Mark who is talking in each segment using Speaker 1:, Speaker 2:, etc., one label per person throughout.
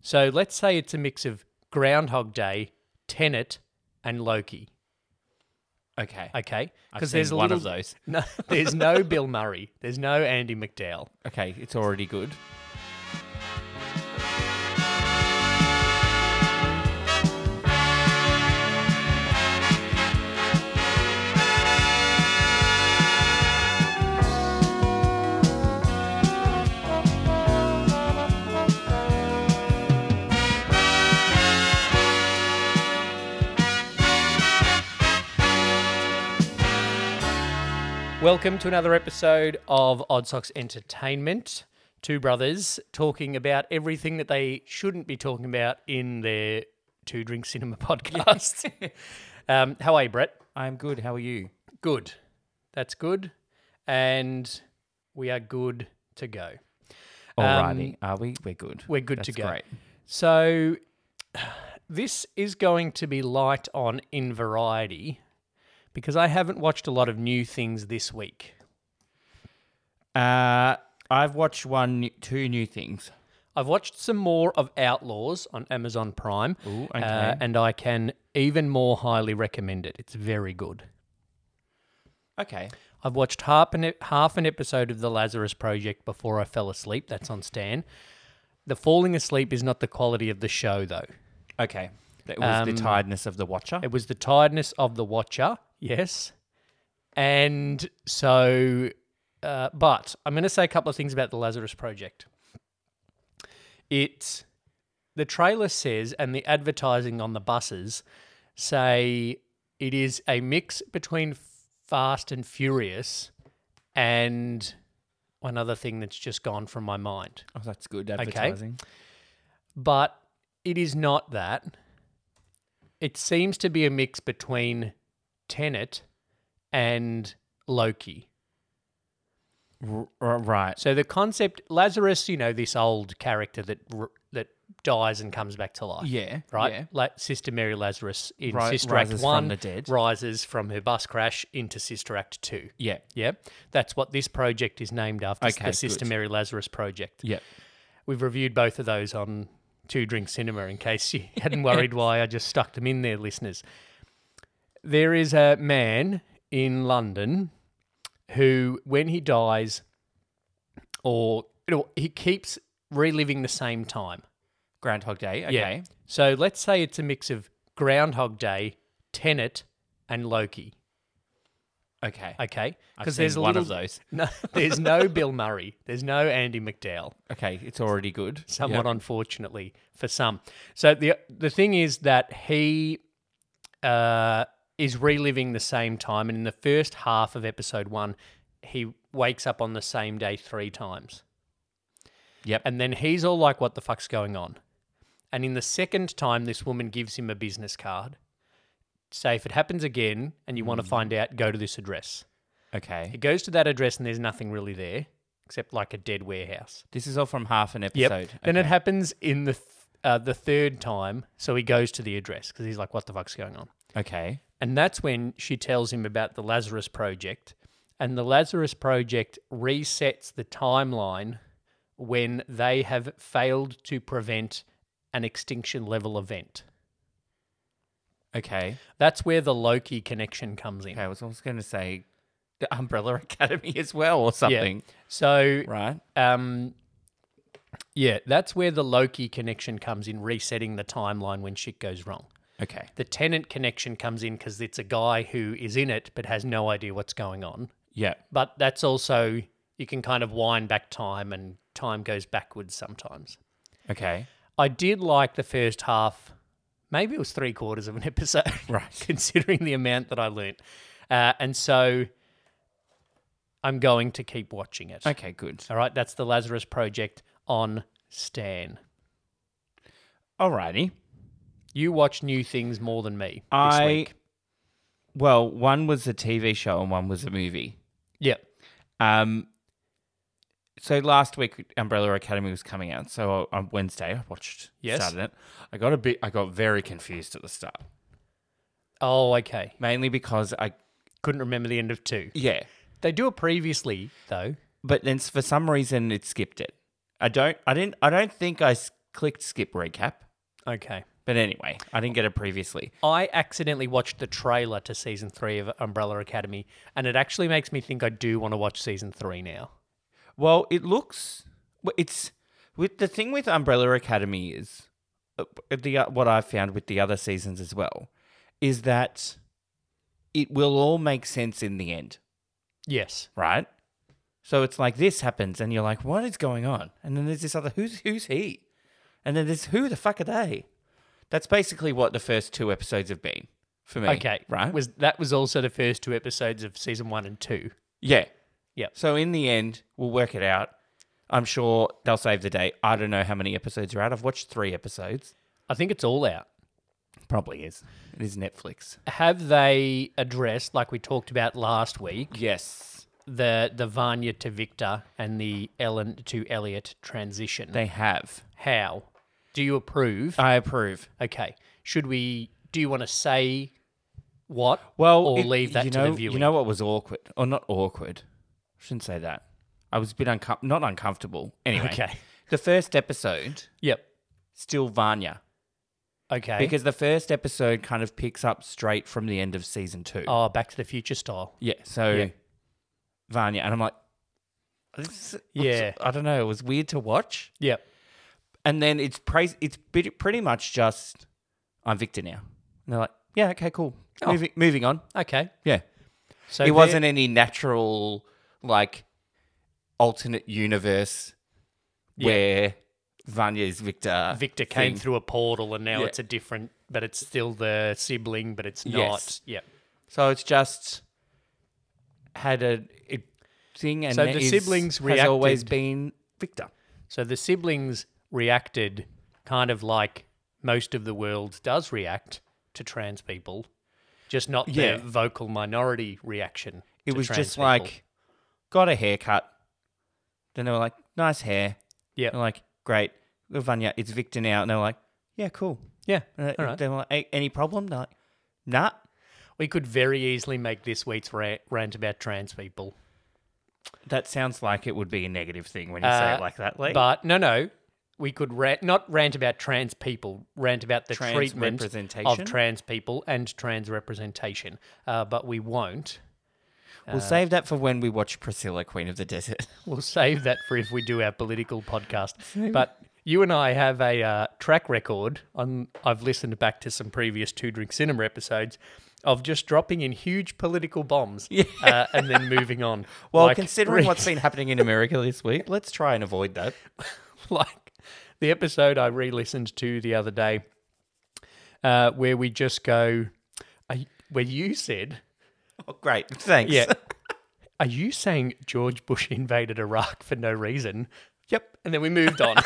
Speaker 1: So let's say it's a mix of Groundhog Day, Tenet, and Loki.
Speaker 2: Okay.
Speaker 1: Okay,
Speaker 2: I've seen
Speaker 1: there's a
Speaker 2: one
Speaker 1: little,
Speaker 2: of those.
Speaker 1: No, there's no Bill Murray. There's no Andy McDowell.
Speaker 2: Okay, it's already good.
Speaker 1: Welcome to another episode of Odd Socks Entertainment. Two brothers talking about everything that they shouldn't be talking about in their Two Drink Cinema podcast. um, how are you, Brett?
Speaker 2: I'm good. How are you?
Speaker 1: Good. That's good. And we are good to go.
Speaker 2: Alrighty. are we? Um, We're good.
Speaker 1: We're good to
Speaker 2: That's
Speaker 1: go.
Speaker 2: great.
Speaker 1: So this is going to be light on in variety because I haven't watched a lot of new things this week.
Speaker 2: Uh, I've watched one, two new things.
Speaker 1: I've watched some more of Outlaws on Amazon Prime.
Speaker 2: Ooh, okay.
Speaker 1: uh, and I can even more highly recommend it. It's very good.
Speaker 2: Okay.
Speaker 1: I've watched half an, e, half an episode of The Lazarus Project before I fell asleep. That's on Stan. The falling asleep is not the quality of the show, though.
Speaker 2: Okay. That was the
Speaker 1: Um,
Speaker 2: tiredness of the watcher.
Speaker 1: It was the tiredness of the watcher, yes. And so, uh, but I'm going to say a couple of things about the Lazarus Project. It, the trailer says, and the advertising on the buses say it is a mix between Fast and Furious and one other thing that's just gone from my mind
Speaker 2: oh, that's good advertising.
Speaker 1: but it is not that. It seems to be a mix between Tenet and Loki.
Speaker 2: R- r- right.
Speaker 1: So the concept Lazarus, you know, this old character that r- that dies and comes back to life.
Speaker 2: Yeah,
Speaker 1: Right?
Speaker 2: yeah.
Speaker 1: La- Sister Mary Lazarus in
Speaker 2: Ri-
Speaker 1: Sister
Speaker 2: rises
Speaker 1: Act 1
Speaker 2: from the dead.
Speaker 1: rises from her bus crash into Sister Act 2.
Speaker 2: Yeah.
Speaker 1: Yeah. That's what this project is named after,
Speaker 2: Okay,
Speaker 1: the Sister
Speaker 2: good.
Speaker 1: Mary Lazarus project.
Speaker 2: Yeah.
Speaker 1: We've reviewed both of those on Two Drink Cinema in case you hadn't worried why I just stuck them in there, listeners. There is a man in London who, when he dies, or you know, he keeps reliving the same time.
Speaker 2: Groundhog Day. Okay.
Speaker 1: So let's say it's a mix of Groundhog Day, Tenet, and Loki.
Speaker 2: Okay.
Speaker 1: Okay,
Speaker 2: I've
Speaker 1: because there's
Speaker 2: seen
Speaker 1: a
Speaker 2: one
Speaker 1: little,
Speaker 2: of those.
Speaker 1: No, there's no Bill Murray. There's no Andy McDowell.
Speaker 2: Okay, it's already good.
Speaker 1: somewhat
Speaker 2: Yep.
Speaker 1: unfortunately for some. So the the thing is that he uh, is reliving the same time, and in the first half of episode one, he wakes up on the same day three times,
Speaker 2: Yep.
Speaker 1: and then he's all like, "What the fuck's going on?" And in the second time, this woman gives him a business card. Say if it happens again and you want to find out, go to this address.
Speaker 2: okay.
Speaker 1: He goes to that address and there's nothing really there except like a dead warehouse.
Speaker 2: This is all from half an
Speaker 1: Yep.
Speaker 2: episode.
Speaker 1: Then it
Speaker 2: Okay.
Speaker 1: happens in the th- uh, the third time, so he goes to the address because he's like, "What the fuck's going on?"
Speaker 2: Okay.
Speaker 1: And that's when she tells him about the Lazarus Project, and the Lazarus Project resets the timeline when they have failed to prevent an extinction level event.
Speaker 2: Okay.
Speaker 1: That's where the Loki connection comes in.
Speaker 2: Okay. I was also going to say the Umbrella Academy as well or something.
Speaker 1: So
Speaker 2: Right.
Speaker 1: Um, yeah, that's where the Loki connection comes in, resetting the timeline when shit goes wrong.
Speaker 2: Okay.
Speaker 1: The tenant connection comes in because it's a guy who is in it but has no idea what's going on.
Speaker 2: Yeah.
Speaker 1: But that's also, you can kind of wind back time and time goes backwards sometimes.
Speaker 2: Okay.
Speaker 1: I did like the first half, maybe it was three quarters of an episode,
Speaker 2: Right.
Speaker 1: considering the amount that I learnt. Uh, and so I'm going to keep watching it.
Speaker 2: Okay, good.
Speaker 1: All right, that's the Lazarus Project on Stan.
Speaker 2: Alrighty.
Speaker 1: You watch new things more than me this
Speaker 2: I
Speaker 1: week.
Speaker 2: well, one was a TV show and one was a movie.
Speaker 1: Yeah.
Speaker 2: Um so last week Umbrella Academy was coming out. So on Wednesday I watched
Speaker 1: Yes.
Speaker 2: started it. I got a bit I got very confused at the start.
Speaker 1: Oh, okay.
Speaker 2: Mainly because I
Speaker 1: Couldn't remember the end of two.
Speaker 2: yeah.
Speaker 1: They do it previously, though.
Speaker 2: but then s- for some reason it skipped it. I don't I didn't I don't think I s- clicked skip recap.
Speaker 1: Okay.
Speaker 2: But anyway, I didn't get it previously.
Speaker 1: I accidentally watched the trailer to season three of Umbrella Academy, and it actually makes me think I do want to watch season three now.
Speaker 2: Well, it looks well, it's with the thing with Umbrella Academy is uh, the uh, what I've found with the other seasons as well is that it will all make sense in the end,
Speaker 1: Yes.
Speaker 2: right? So it's like this happens, and you're like, "What is going on?" And then there's this other, "Who's who's he?" And then there's, "Who the fuck are they?" That's basically what the first two episodes have been for me.
Speaker 1: Okay.
Speaker 2: right?
Speaker 1: Was that was also the first two episodes of season one and two?
Speaker 2: Yeah.
Speaker 1: Yep.
Speaker 2: So in the end, we'll work it out. I'm sure they'll save the day. I don't know how many episodes are out. I've watched three episodes.
Speaker 1: I think it's all out.
Speaker 2: Probably is. It is Netflix.
Speaker 1: Have they addressed, like we talked about last week,
Speaker 2: Yes.
Speaker 1: the the Vanya to Victor and the Ellen to Elliot transition?
Speaker 2: They have.
Speaker 1: How? Do you approve?
Speaker 2: I approve.
Speaker 1: okay. Should we? Do you want to say what?
Speaker 2: Well,
Speaker 1: or
Speaker 2: it-
Speaker 1: leave that
Speaker 2: you
Speaker 1: to
Speaker 2: know,
Speaker 1: the viewer.
Speaker 2: You know what was awkward? Or not awkward. I shouldn't say that. I was a bit uncom- not uncomfortable. Anyway.
Speaker 1: Okay.
Speaker 2: The first episode,
Speaker 1: Yep.
Speaker 2: still Vanya.
Speaker 1: Okay.
Speaker 2: Because the first episode kind of picks up straight from the end of season two.
Speaker 1: oh, Back to the Future style.
Speaker 2: Yeah. So
Speaker 1: Yeah.
Speaker 2: Vanya and I'm like, this,
Speaker 1: Yeah.
Speaker 2: I don't know. It was weird to watch.
Speaker 1: Yep.
Speaker 2: And then it's praise. It's bit- pretty much just I'm Victor now. And they're like, yeah, okay, cool. Moving, moving on.
Speaker 1: Okay.
Speaker 2: Yeah.
Speaker 1: Oh. So
Speaker 2: it
Speaker 1: they're-
Speaker 2: wasn't any natural like alternate universe
Speaker 1: Yeah.
Speaker 2: where Vanya is Victor.
Speaker 1: Victor came
Speaker 2: thing.
Speaker 1: through a portal and now
Speaker 2: Yeah.
Speaker 1: it's a different, but it's still the sibling, but it's not.
Speaker 2: Yes.
Speaker 1: Yep.
Speaker 2: So it's just had a, a thing, and
Speaker 1: So
Speaker 2: it
Speaker 1: the
Speaker 2: is-
Speaker 1: siblings
Speaker 2: has always
Speaker 1: reacted-
Speaker 2: been Victor.
Speaker 1: So the siblings reacted kind of like most of the world does react to trans people, just not
Speaker 2: Yeah.
Speaker 1: the vocal minority reaction.
Speaker 2: It
Speaker 1: to
Speaker 2: was
Speaker 1: trans
Speaker 2: just
Speaker 1: people.
Speaker 2: like, got a haircut. Then they were like, nice hair.
Speaker 1: Yep.
Speaker 2: And like, great. Look, Vanya, it's Victor now. And they were like, yeah, cool.
Speaker 1: yeah,
Speaker 2: And
Speaker 1: all right.
Speaker 2: They were like, "A- any problem? They're like, nah.
Speaker 1: We could very easily make this week's rant, rant about trans people.
Speaker 2: That sounds like it would be a negative thing when you say
Speaker 1: Uh,
Speaker 2: it like that. Like,
Speaker 1: But no, no, we could rant, not rant about trans people, rant about the
Speaker 2: Trans
Speaker 1: treatment
Speaker 2: representation?
Speaker 1: of trans people and trans representation. Uh, but we won't. uh,
Speaker 2: we'll save that for when we watch Priscilla, Queen of the Desert.
Speaker 1: We'll save that for if we do our political podcast. But you and I have a uh, track record. On I've listened back to some previous Two Drink Cinema episodes of just dropping in huge political bombs uh, and then moving on.
Speaker 2: well,
Speaker 1: Like-
Speaker 2: considering what's been happening in America this week, let's try and avoid that.
Speaker 1: like the episode I re-listened to the other day, uh, where we just go, are, y- where you said,
Speaker 2: Oh, great. Thanks.
Speaker 1: yeah, are you saying George Bush invaded Iraq for no reason? Yep, and then we moved on.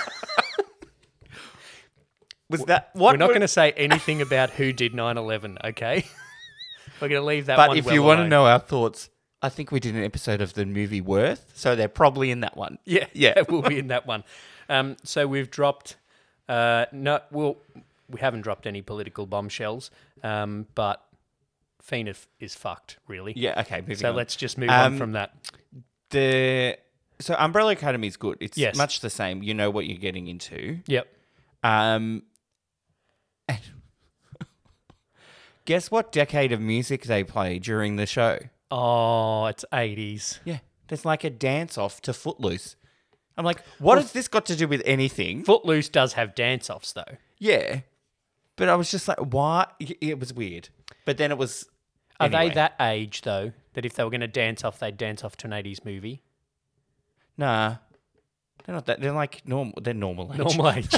Speaker 2: Was that what?
Speaker 1: We're not
Speaker 2: were-
Speaker 1: going to say anything about who did 9/11, okay? We're going to leave that.
Speaker 2: But
Speaker 1: one
Speaker 2: if
Speaker 1: well
Speaker 2: you want to
Speaker 1: alone.
Speaker 2: know our thoughts, I think we did an episode of the movie Worth, so they're probably in that one.
Speaker 1: yeah,
Speaker 2: Yeah.
Speaker 1: we'll be in that one. Um, so we've dropped. Uh, no, well, we haven't dropped any political bombshells, um, but Fina f- is fucked, really.
Speaker 2: Yeah, okay, moving
Speaker 1: So
Speaker 2: on.
Speaker 1: let's just move
Speaker 2: Um,
Speaker 1: on from that.
Speaker 2: the so Umbrella Academy is good. It's
Speaker 1: Yes.
Speaker 2: much the same. You know what you're getting into.
Speaker 1: Yep.
Speaker 2: Um and Guess what decade of music they play during the show?
Speaker 1: Oh, it's eighties.
Speaker 2: Yeah. There's like a dance off to Footloose. I'm like, what has this got to do with anything?
Speaker 1: Footloose does have dance offs though.
Speaker 2: yeah. But I was just like, why? It it was weird. But then it was.
Speaker 1: Are
Speaker 2: anyway.
Speaker 1: they that age though? That if they were going to dance off, they'd dance off to an eighties movie.
Speaker 2: Nah, they're not that. They're like normal. They're normal age.
Speaker 1: Normal age.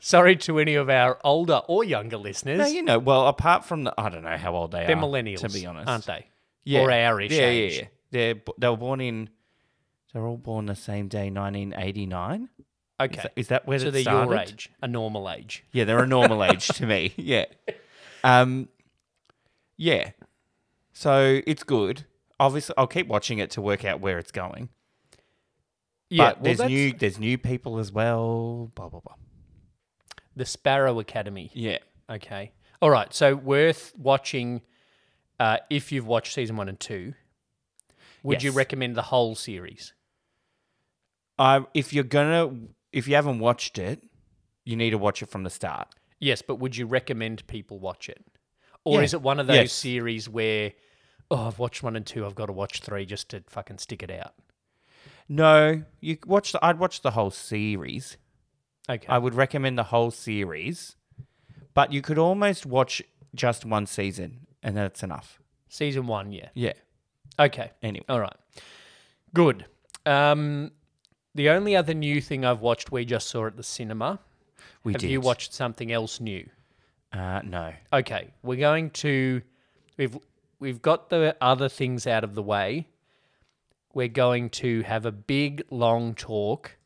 Speaker 1: Sorry to any of our older or younger listeners.
Speaker 2: No, you know. Well, apart from the, I don't know how old they
Speaker 1: They're
Speaker 2: are.
Speaker 1: millennials,
Speaker 2: to be honest,
Speaker 1: aren't they?
Speaker 2: Yeah.
Speaker 1: Or our-ish
Speaker 2: yeah,
Speaker 1: age.
Speaker 2: Yeah, yeah. They're b- they were born in. They're all born the same day, 1989.
Speaker 1: Okay,
Speaker 2: Is, that, is that where
Speaker 1: so
Speaker 2: it
Speaker 1: they're
Speaker 2: started?
Speaker 1: your age, a normal age.
Speaker 2: Yeah, they're a normal age to me. Yeah. Um. Yeah. So it's good. Obviously, I'll keep watching it to work out where it's going.
Speaker 1: Yeah,
Speaker 2: but there's new there's new people as well. Blah blah blah.
Speaker 1: the Sparrow Academy.
Speaker 2: Yeah.
Speaker 1: Okay, all right. So worth watching uh, if you've watched season one and two. Would you
Speaker 2: Yes.
Speaker 1: recommend the whole series?
Speaker 2: I if you're gonna if you haven't watched it, you need to watch it from the start.
Speaker 1: Yes, but would you recommend people watch it? Or
Speaker 2: Yeah.
Speaker 1: is it one of those
Speaker 2: Yes.
Speaker 1: series where, oh, I've watched one and two, I've got to watch three just to fucking stick it out?
Speaker 2: No, you watch the. I'd watch the whole series.
Speaker 1: Okay.
Speaker 2: I would recommend the whole series, but you could almost watch just one season, and that's enough.
Speaker 1: Season one, yeah.
Speaker 2: Yeah.
Speaker 1: Okay.
Speaker 2: Anyway,
Speaker 1: All right. Good. Um, the only other new thing I've watched, we just saw at the cinema.
Speaker 2: we
Speaker 1: Have
Speaker 2: did.
Speaker 1: you watched something else new?
Speaker 2: Uh, no.
Speaker 1: Okay, we're going to we've we've got the other things out of the way. We're going to have a big long talk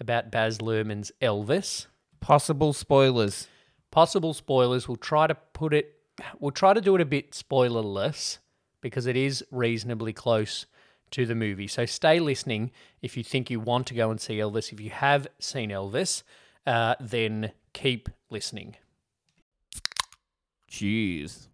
Speaker 1: about Baz Luhrmann's Elvis.
Speaker 2: Possible spoilers.
Speaker 1: Possible spoilers. We'll try to put it. We'll try to do it a bit spoilerless because it is reasonably close to the movie. So stay listening if you think you want to go and see Elvis. If you have seen Elvis, uh, then keep listening.
Speaker 2: Jeez.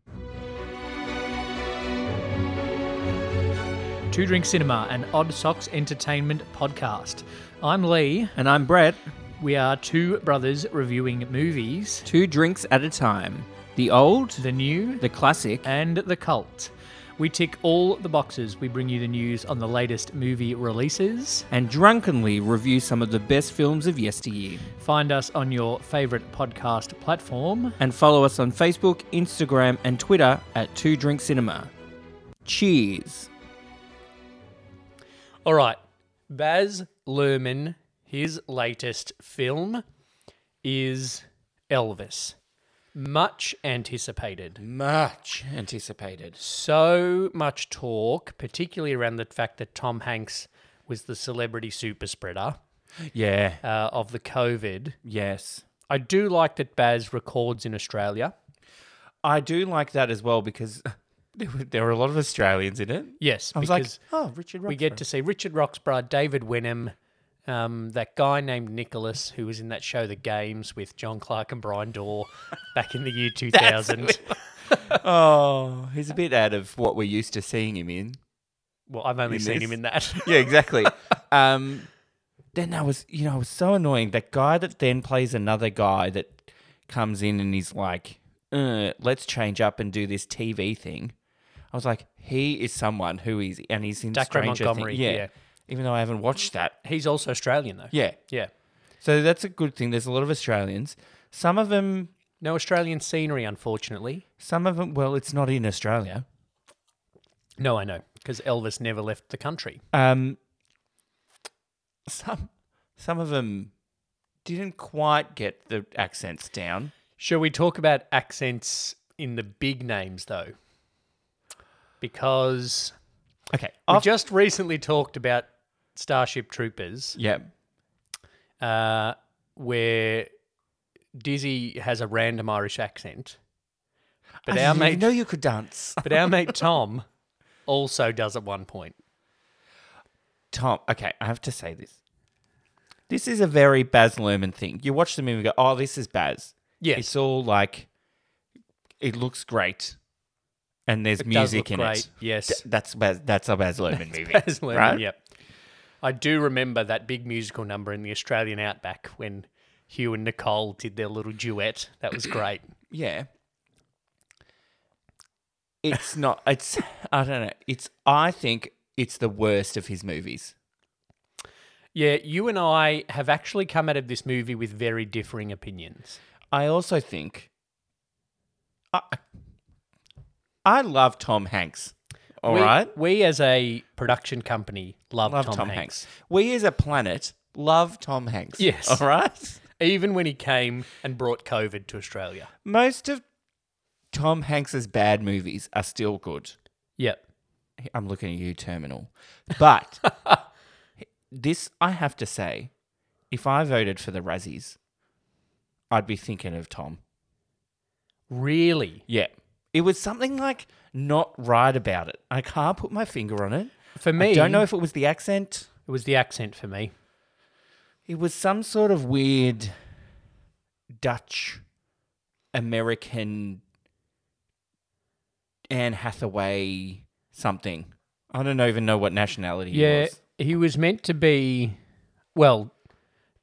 Speaker 1: Two Drink Cinema, an Odd Socks Entertainment podcast. I'm Lee.
Speaker 2: And I'm Brett.
Speaker 1: We are two brothers reviewing movies,
Speaker 3: Two drinks at a time. The old,
Speaker 1: the new,
Speaker 3: the classic,
Speaker 1: and the cult. We tick all the boxes. We bring you the news on the latest movie releases.
Speaker 3: and drunkenly review some of the best films of yesteryear.
Speaker 1: Find us on your favorite podcast platform.
Speaker 3: And follow us on Facebook, Instagram, and Twitter at Two Drink Cinema. Cheers.
Speaker 1: All right. Baz Luhrmann, his latest film is Elvis. Much anticipated.
Speaker 2: Much anticipated.
Speaker 1: so much talk, particularly around the fact that Tom Hanks was the celebrity super spreader
Speaker 2: Yeah.
Speaker 1: uh, of the COVID.
Speaker 2: Yes.
Speaker 1: I do like that Baz records in Australia.
Speaker 2: I do like that as well because there were, there were a lot of Australians in it.
Speaker 1: Yes,
Speaker 2: I was like,
Speaker 1: because
Speaker 2: oh, Richard Roxburgh.
Speaker 1: we get to see Richard Roxburgh, David Wenham, um, that guy named Nicholas who was in that show The Games with John Clark and Brian Dorr back in the year 2000.
Speaker 2: Oh, he's a bit out of what we're used to seeing him in.
Speaker 1: well, I've only
Speaker 2: In
Speaker 1: seen
Speaker 2: this?
Speaker 1: him in that.
Speaker 2: Yeah, exactly. um, then I was, you know, I was so annoying. That guy that then plays another guy that comes in and he's like, uh, let's change up and do this TV thing. I was like, he is someone who is, and he's in
Speaker 1: Dacre
Speaker 2: Stranger Things.
Speaker 1: Montgomery, yeah.
Speaker 2: Even though I haven't watched that.
Speaker 1: He's also Australian, though.
Speaker 2: Yeah.
Speaker 1: Yeah.
Speaker 2: So that's a good thing. There's a lot of Australians. Some of them,
Speaker 1: No Australian scenery, unfortunately.
Speaker 2: some of them, well, it's not in Australia.
Speaker 1: No, I know, because Elvis never left the country.
Speaker 2: Um, some, some of them didn't quite get the accents down.
Speaker 1: Shall we talk about accents in the big names, though? Because
Speaker 2: Okay.
Speaker 1: we
Speaker 2: I've-
Speaker 1: just recently talked about Starship Troopers,
Speaker 2: yeah.
Speaker 1: uh, where Dizzy has a random Irish accent, but
Speaker 2: I
Speaker 1: our
Speaker 2: didn't even
Speaker 1: mate,
Speaker 2: know Ah, you could dance.
Speaker 1: but our mate Tom also does at one point.
Speaker 2: Tom, okay, I have to say this. This is a very Baz Luhrmann thing. You watch the movie and go, oh, this is Baz.
Speaker 1: Yes,
Speaker 2: It's all like, it looks great. And there's
Speaker 1: does
Speaker 2: music
Speaker 1: look
Speaker 2: in
Speaker 1: great.
Speaker 2: it.
Speaker 1: Yes,
Speaker 2: Th- That's Baz, that's a Baz Luhrmann movie.
Speaker 1: Baz Luhrmann,
Speaker 2: right?
Speaker 1: Yep. I do remember that big musical number in the Australian Outback when Hugh and Nicole did their little duet. That was great.
Speaker 2: Yeah. It's not, it's, I don't know. It's, I think it's the worst of his movies.
Speaker 1: Yeah, you and I have actually come out of this movie with very differing opinions.
Speaker 2: I also think, I, I love Tom Hanks. All
Speaker 1: we,
Speaker 2: right.
Speaker 1: We as a production company love,
Speaker 2: love
Speaker 1: Tom,
Speaker 2: Tom,
Speaker 1: Hanks.
Speaker 2: Hanks. We as a planet love Tom Hanks.
Speaker 1: Yes.
Speaker 2: All right.
Speaker 1: Even when he came and brought COVID to Australia.
Speaker 2: Most of Tom Hanks's bad movies are still good.
Speaker 1: Yep.
Speaker 2: I'm looking at you, Terminal. But this, I have to say, if I voted for the Razzies, I'd be thinking of Tom.
Speaker 1: Really?
Speaker 2: Yeah. It was something like not right about it. I can't put my finger on it.
Speaker 1: For me,
Speaker 2: I don't know if it was the accent.
Speaker 1: it was the accent for me.
Speaker 2: It was some sort of weird Dutch American Anne Hathaway something. I don't even know what nationality he
Speaker 1: Yeah,
Speaker 2: was.
Speaker 1: he was meant to be, well,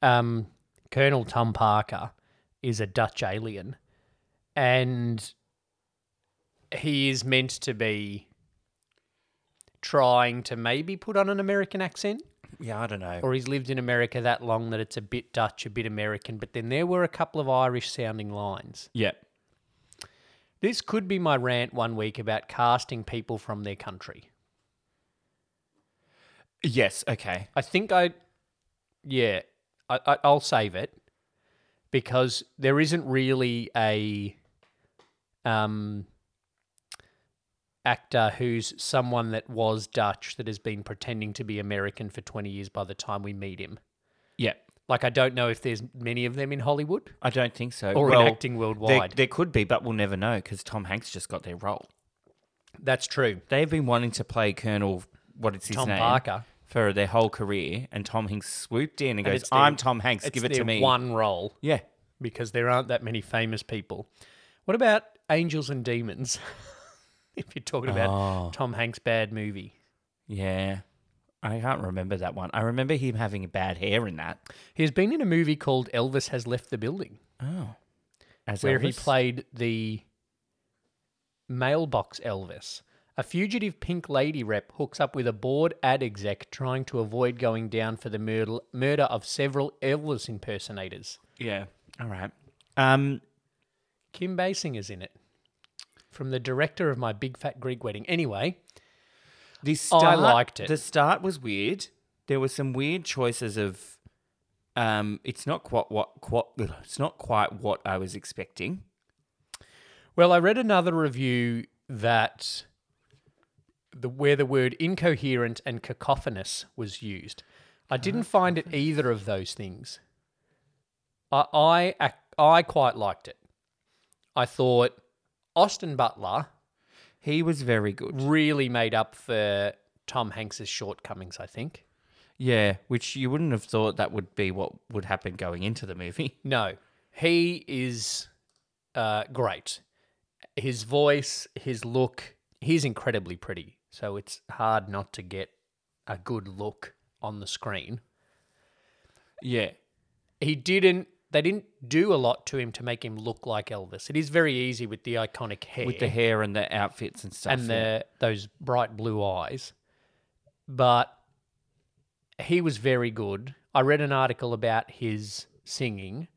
Speaker 1: um, Colonel Tom Parker is a Dutch alien, and he is meant to be trying to maybe put on an American accent
Speaker 2: Yeah, I don't know.
Speaker 1: or he's lived in America that long that it's a bit Dutch, a bit American. But then there were a couple of Irish sounding lines.
Speaker 3: Yeah.
Speaker 1: This could be my rant one week about casting people from their country.
Speaker 2: yes, okay.
Speaker 1: I think I, yeah, I, I, I'll save it because there isn't really a um, actor who's someone that was Dutch that has been pretending to be American for 20 years by the time we meet him.
Speaker 2: Yeah.
Speaker 1: Like, I don't know if there's many of them in Hollywood.
Speaker 2: I don't think so.
Speaker 1: or
Speaker 2: Well,
Speaker 1: in acting
Speaker 2: there,
Speaker 1: worldwide.
Speaker 2: there could be, but we'll never know because Tom Hanks just got their role.
Speaker 1: That's true.
Speaker 2: They've been wanting to play Colonel, what is his
Speaker 1: Tom
Speaker 2: name?
Speaker 1: Parker.
Speaker 2: For their whole career, and Tom Hanks swooped in and goes,
Speaker 1: it's their-
Speaker 2: "I'm Tom Hanks.
Speaker 1: It's
Speaker 2: Give it
Speaker 1: their
Speaker 2: to me."
Speaker 1: One role
Speaker 2: Yeah,
Speaker 1: because there aren't that many famous people. What about Angels and Demons? if you're talking about
Speaker 2: Oh.
Speaker 1: Tom Hanks' bad movie,
Speaker 2: yeah. I can't remember that one. I remember him having bad hair in that.
Speaker 1: he's been in a movie called Elvis Has Left the Building,
Speaker 2: Oh, as
Speaker 1: where he
Speaker 2: Elvis?
Speaker 1: played the mailbox Elvis. A fugitive pink lady rep hooks up with a bored ad exec trying to avoid going down for the murder, murder of several Elvis impersonators.
Speaker 2: Yeah. All right. Um.
Speaker 1: Kim Basinger's in it. From the director of my Big Fat Greek Wedding. Anyway,
Speaker 2: The start,
Speaker 1: Oh, liked it.
Speaker 2: The start was weird. There were some weird choices of, um, it's not quite what, quite, it's not quite what I was expecting.
Speaker 1: well, I read another review that the where the word incoherent and cacophonous was used. I didn't find it either of those things. I I, ac- I quite liked it. I thought Austin Butler
Speaker 2: He was very good.
Speaker 1: really made up for Tom Hanks's shortcomings, I think.
Speaker 2: Yeah, which you wouldn't have thought that would be what would happen going into the movie.
Speaker 1: No, he is uh, great. His voice, his look, he's incredibly pretty. So it's hard not to get a good look on the screen.
Speaker 2: Yeah.
Speaker 1: He didn't. They didn't do a lot to him to make him look like Elvis. It is very easy with the iconic hair
Speaker 2: With the hair and the outfits and stuff.
Speaker 1: and the those bright blue eyes, but he was very good. I read an article about his singing.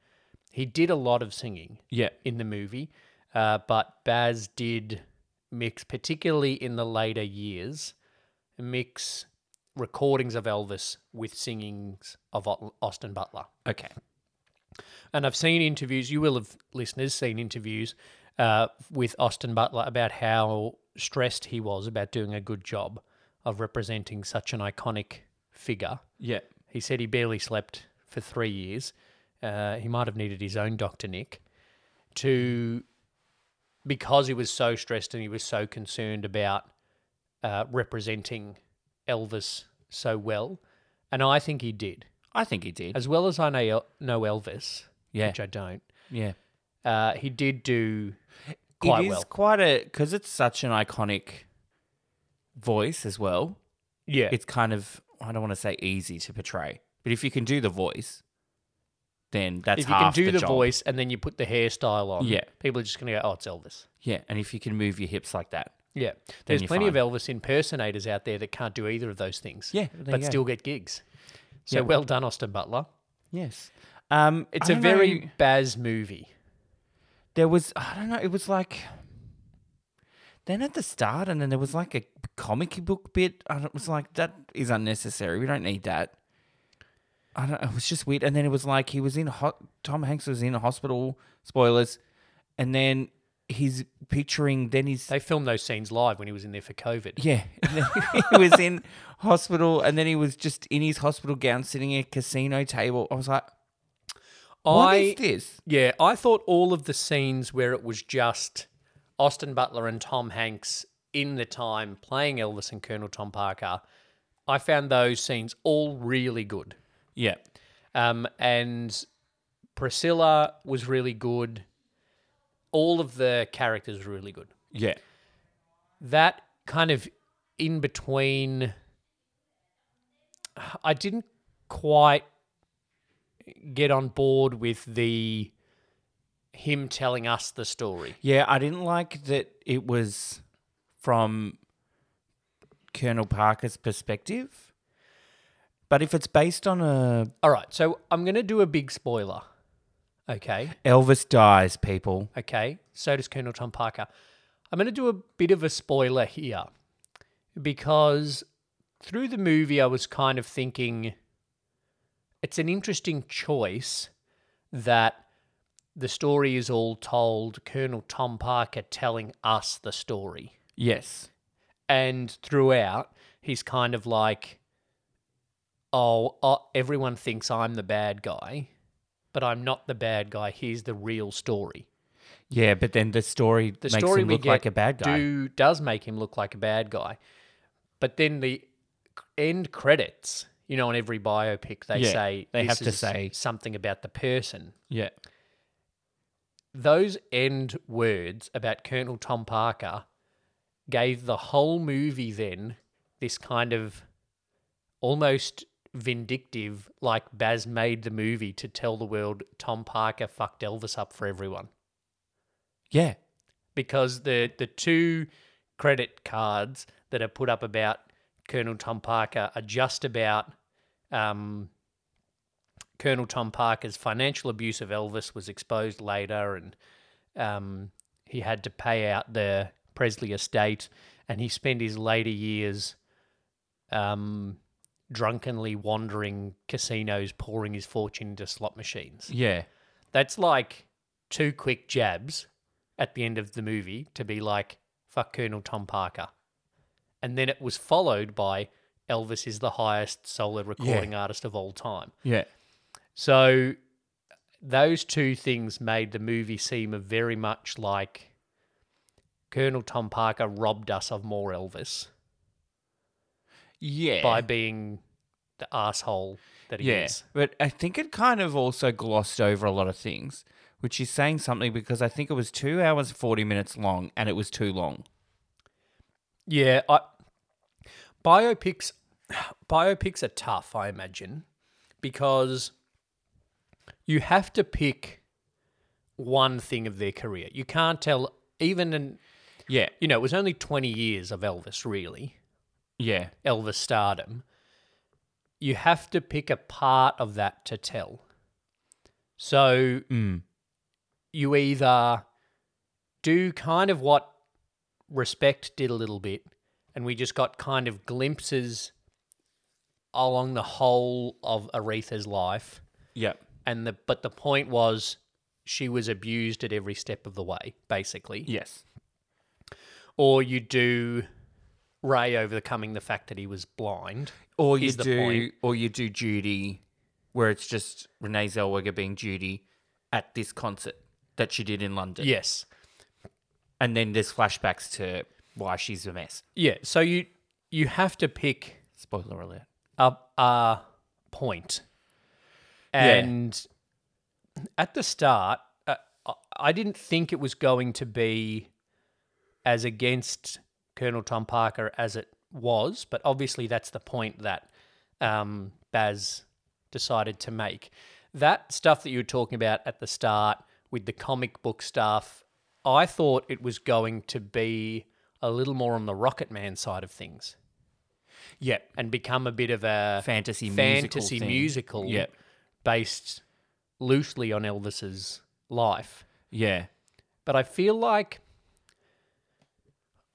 Speaker 1: He did a lot of singing.
Speaker 2: yeah.
Speaker 1: in the movie, uh, but Baz did mix, particularly in the later years, mix recordings of Elvis with singings of Au- Austin Butler.
Speaker 2: Okay.
Speaker 1: And I've seen interviews, you will have, listeners, seen interviews uh, with Austin Butler about how stressed he was about doing a good job of representing such an iconic figure.
Speaker 2: Yeah.
Speaker 1: He said he barely slept for three years. Uh, he might have needed his own Dr. Nick to, because he was so stressed and he was so concerned about uh, representing Elvis so well. And I think he did.
Speaker 2: I think he did.
Speaker 1: As well as I know, know Elvis,
Speaker 2: Yeah.
Speaker 1: which I don't,
Speaker 2: yeah.
Speaker 1: uh, he did do quite
Speaker 2: it is
Speaker 1: well.
Speaker 2: quite a because it's such an iconic voice as well.
Speaker 1: Yeah.
Speaker 2: It's kind of I don't want to say easy to portray, but if you can do the voice, then that's
Speaker 1: if you can
Speaker 2: half
Speaker 1: do the,
Speaker 2: job.
Speaker 1: voice and then you put the hairstyle on,
Speaker 2: Yeah.
Speaker 1: people are just going to go, oh, it's Elvis.
Speaker 2: Yeah, and if you can move your hips like that,
Speaker 1: Yeah. There's
Speaker 2: you're
Speaker 1: plenty of Elvis impersonators out there that can't do either of those things.
Speaker 2: Yeah, there you
Speaker 1: But
Speaker 2: go.
Speaker 1: still get gigs. So
Speaker 2: Yeah.
Speaker 1: well done, Austin Butler.
Speaker 2: yes. Um,
Speaker 1: It's
Speaker 2: a
Speaker 1: a very Baz movie.
Speaker 2: there was I don't know. It was like then at the start, and then there was like a comic book bit. And it was like that is unnecessary. We don't need that. I don't. It was just weird. And then it was like he was in hot. Tom Hanks was in a hospital. Spoilers. And then he's picturing. Then he's
Speaker 1: They filmed those scenes live when he was in there for COVID.
Speaker 2: yeah. And then he was in hospital, and then he was just in his hospital gown, sitting at a casino table. I was like, what
Speaker 1: I
Speaker 2: is this?
Speaker 1: yeah, I thought all of the scenes where it was just Austin Butler and Tom Hanks in the time playing Elvis and Colonel Tom Parker, I found those scenes all really good.
Speaker 2: Yeah.
Speaker 1: Um, and Priscilla was really good. All of the characters were really good.
Speaker 2: Yeah.
Speaker 1: That kind of in between, I didn't quite get on board with the him telling us the story.
Speaker 2: Yeah, I didn't like that it was from Colonel Parker's perspective. But if it's based on a
Speaker 1: All right, so I'm going to do a big spoiler. Okay.
Speaker 2: Elvis dies, people.
Speaker 1: Okay. So does Colonel Tom Parker. I'm going to do a bit of a spoiler here because through the movie, I was kind of thinking it's an interesting choice that the story is all told Colonel Tom Parker telling us the story.
Speaker 2: Yes.
Speaker 1: and throughout he's kind of like oh, oh everyone thinks i'm the bad guy but i'm not the bad guy here's the real story
Speaker 2: Yeah, but then the story
Speaker 1: the
Speaker 2: makes
Speaker 1: story
Speaker 2: him
Speaker 1: we
Speaker 2: look
Speaker 1: get
Speaker 2: like a bad guy.
Speaker 1: do, does make him look like a bad guy but then the end credits you know on every biopic they
Speaker 2: Yeah,
Speaker 1: say
Speaker 2: they
Speaker 1: this
Speaker 2: have to
Speaker 1: is
Speaker 2: say-
Speaker 1: something about the person
Speaker 2: yeah.
Speaker 1: those end words about Colonel Tom Parker gave the whole movie then this kind of almost vindictive, like Baz made the movie to tell the world Tom Parker fucked Elvis up for everyone.
Speaker 2: Yeah.
Speaker 1: Because the, the two credit cards that are put up about Colonel Tom Parker are just about um, Colonel Tom Parker's financial abuse of Elvis was exposed later, and um, he had to pay out the Presley estate, and he spent his later years um, drunkenly wandering casinos, pouring his fortune into slot machines.
Speaker 2: Yeah.
Speaker 1: That's like two quick jabs at the end of the movie to be like, fuck Colonel Tom Parker. And then it was followed by Elvis is the highest solo recording artist of all time.
Speaker 2: Yeah.
Speaker 1: So those two things made the movie seem very much like Colonel Tom Parker robbed us of more Elvis
Speaker 2: Yeah.
Speaker 1: by being the asshole that he
Speaker 2: yeah.
Speaker 1: is.
Speaker 2: But I think it kind of also glossed over a lot of things, which is saying something because I think it was two hours, 40 minutes long, and it was too long.
Speaker 1: Yeah, I, biopics biopics are tough, I imagine, because you have to pick one thing of their career. You can't tell even an
Speaker 2: Yeah.
Speaker 1: you know, it was only 20 years of Elvis really,
Speaker 2: Yeah.
Speaker 1: Elvis stardom. You have to pick a part of that to tell. So
Speaker 2: Mm.
Speaker 1: you either do kind of what respect did a little bit and we just got kind of glimpses along the whole of Aretha's life
Speaker 2: Yeah.
Speaker 1: and the but the point was she was abused at every step of the way basically
Speaker 2: Yes.
Speaker 1: or you do Ray overcoming the fact that he was blind
Speaker 2: Or you
Speaker 1: is the
Speaker 2: do,
Speaker 1: point.
Speaker 2: or you do Judy, where it's just Renee Zellweger being Judy at this concert that she did in London.
Speaker 1: yes
Speaker 2: and then there's flashbacks to why she's a mess.
Speaker 1: yeah so you you have to pick
Speaker 2: Spoiler alert.
Speaker 1: a, a point. And at the start, uh, I- I didn't think it was going to be as against Colonel Tom Parker as it was, but obviously that's the point that um, Baz decided to make. That stuff that you were talking about at the start with the comic book stuff, I thought it was going to be a little more on the Rocket Man side of things
Speaker 2: Yeah,
Speaker 1: and become a bit of a
Speaker 2: fantasy musical
Speaker 1: fantasy
Speaker 2: thing.
Speaker 1: musical,
Speaker 2: Yeah,
Speaker 1: based loosely on Elvis's life.
Speaker 2: yeah,
Speaker 1: But I feel like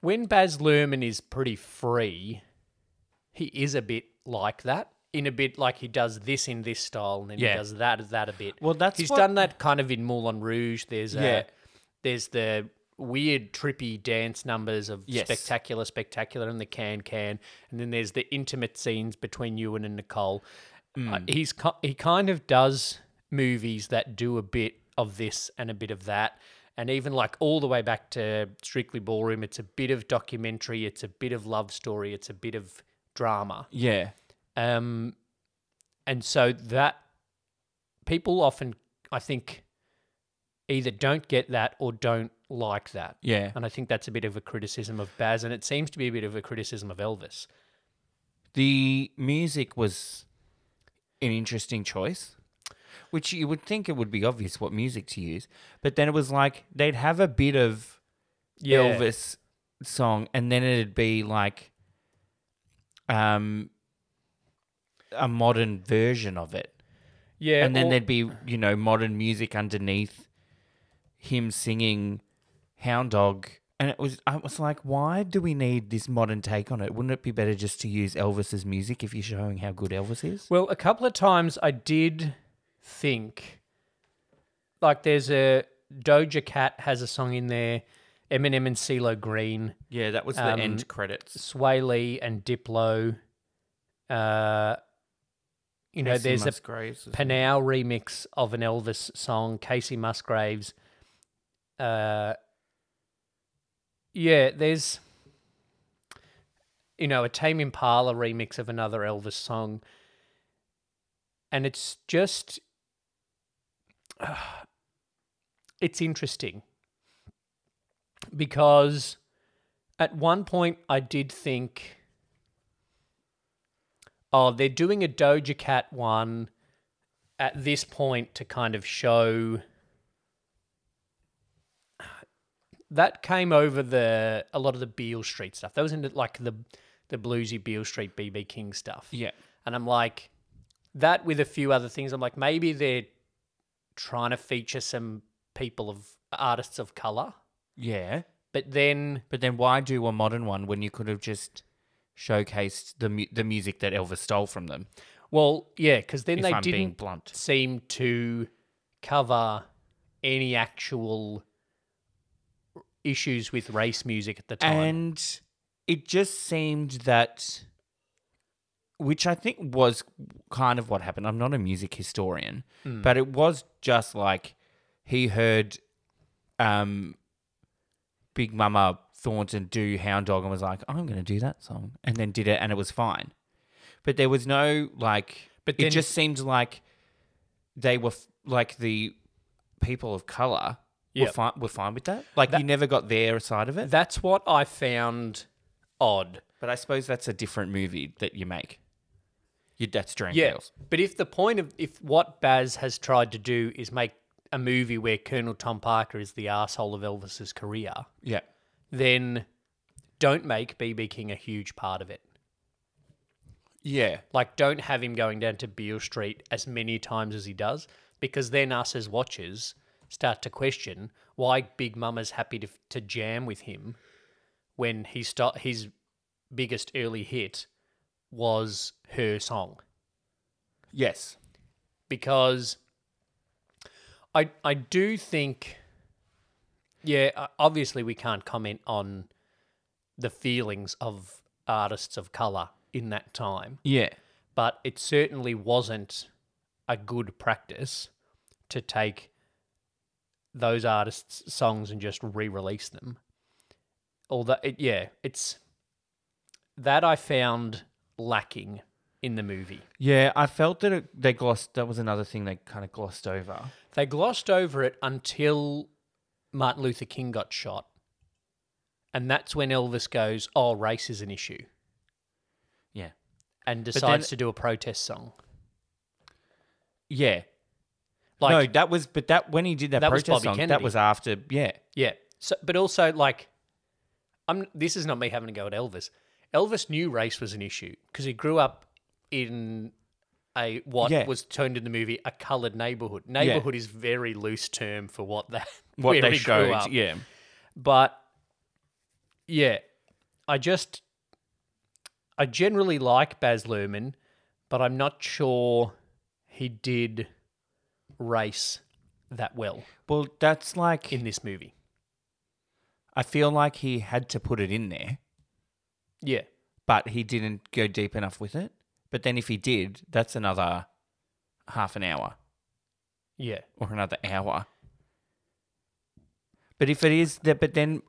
Speaker 1: when Baz Luhrmann is pretty free, he is a bit like that. In a bit like he does this in this style, and then
Speaker 2: Yeah.
Speaker 1: he does that that a bit.
Speaker 2: Well, that's
Speaker 1: he's
Speaker 2: what-
Speaker 1: done that kind of in Moulin Rouge. There's
Speaker 2: Yeah.
Speaker 1: a there's the weird trippy dance numbers of
Speaker 2: Yes.
Speaker 1: spectacular, spectacular, and the can can, and then there's the intimate scenes between Ewan and Nicole.
Speaker 2: Hmm.
Speaker 1: Uh, he's ki- he kind of does movies that do a bit of this and a bit of that, and even like all the way back to Strictly Ballroom, it's a bit of documentary, it's a bit of love story, it's a bit of drama.
Speaker 2: yeah,
Speaker 1: Um, and so that people often, I think, either don't get that or don't like that.
Speaker 2: yeah.
Speaker 1: And I think that's a bit of a criticism of Baz, and it seems to be a bit of a criticism of Elvis.
Speaker 2: The music was an interesting choice which you would think it would be obvious what music to use, but then it was like they'd have a bit of
Speaker 1: Yeah.
Speaker 2: Elvis song, and then it'd be like, um, a modern version of it,
Speaker 1: Yeah.
Speaker 2: and then
Speaker 1: or-
Speaker 2: there'd be you know modern music underneath him singing Hound Dog. And it was, I was like, why do we need this modern take on it? Wouldn't it be better just to use Elvis's music if you're showing how good Elvis is?
Speaker 1: Well, a couple of times I did think like there's a Doja Cat has a song in there, Eminem and CeeLo Green,
Speaker 2: Yeah, that was the
Speaker 1: Um,
Speaker 2: end credits.
Speaker 1: Sway Lee and Diplo. Uh, you know, there's a
Speaker 2: Musgraves.
Speaker 1: Panau remix of an Elvis song, Casey Musgraves. Uh, yeah, there's, you know, a Tame Impala remix of another Elvis song. And it's just, it's interesting because at one point I did think, oh, they're doing a Doja Cat one at this point to kind of show that came over the a lot of the Beale Street stuff. That was in like the the bluesy Beale Street BB King stuff.
Speaker 2: yeah,
Speaker 1: And I'm like, that with a few other things, I'm like, maybe they're trying to feature some people of artists of color.
Speaker 2: yeah.
Speaker 1: But then,
Speaker 2: But then why do a modern one when you could have just showcased the mu- the music that Elvis stole from them?
Speaker 1: well, yeah, because then
Speaker 2: If
Speaker 1: they
Speaker 2: I'm being
Speaker 1: didn't
Speaker 2: blunt,
Speaker 1: seem to cover any actual issues with race music at the time.
Speaker 2: and it just seemed that, which I think was kind of what happened. I'm not a music historian,
Speaker 1: Hmm.
Speaker 2: but it was just like he heard, um, Big Mama Thornton do Hound Dog and was like, I'm going to do that song, and then did it, and it was fine. But there was no like.
Speaker 1: But
Speaker 2: it
Speaker 1: then-
Speaker 2: just seemed like they were f- like the people of color were
Speaker 1: Yep.
Speaker 2: fine. Were fine with that. Like you never got their side of it.
Speaker 1: That's what I found odd.
Speaker 2: but I suppose that's a different movie that you make. You, that's Dreamgirls.
Speaker 1: Yeah. But if the point of if what Baz has tried to do is make a movie where Colonel Tom Parker is the asshole of Elvis's career,
Speaker 2: Yeah.
Speaker 1: then don't make BB King a huge part of it.
Speaker 2: Yeah.
Speaker 1: Like don't have him going down to Beale Street as many times as he does because then us as watchers start to question why Big Mama's happy to to jam with him when he start his biggest early hit was her song.
Speaker 2: Yes.
Speaker 1: because I I do think yeah o- obviously we can't comment on the feelings of artists of color in that time
Speaker 2: Yeah.
Speaker 1: but it certainly wasn't a good practice to take those artists' songs and just re-release them. Although, it, yeah, it's that I found lacking in the movie.
Speaker 2: Yeah. I felt that it, they glossed. That was another thing they kind of glossed over.
Speaker 1: They glossed over it until Martin Luther King got shot. And that's when Elvis goes, Oh, race is an issue,
Speaker 2: Yeah.
Speaker 1: and
Speaker 2: then-
Speaker 1: decides to do a protest song.
Speaker 2: Yeah.
Speaker 1: Like,
Speaker 2: no, that was. But that when he did that,
Speaker 1: That was
Speaker 2: protest
Speaker 1: Bobby
Speaker 2: song, that
Speaker 1: Kennedy.
Speaker 2: was after. Yeah.
Speaker 1: yeah. So, but also, like, I'm, this is not me having a go at Elvis. Elvis knew race was an issue because he grew up in a what
Speaker 2: Yeah.
Speaker 1: was turned in the movie a colored neighborhood. Neighborhood is very loose term for what that
Speaker 2: What
Speaker 1: where
Speaker 2: they
Speaker 1: he grew
Speaker 2: showed.
Speaker 1: up.
Speaker 2: Yeah.
Speaker 1: but yeah, I just I generally like Baz Luhrmann, but I'm not sure he did race that well
Speaker 2: Well, that's like.
Speaker 1: in this movie.
Speaker 2: I feel like he had to put it in there,
Speaker 1: Yeah,
Speaker 2: but he didn't go deep enough with it. But then if he did, that's another half an hour
Speaker 1: yeah,
Speaker 2: or another hour. But if it is that, but then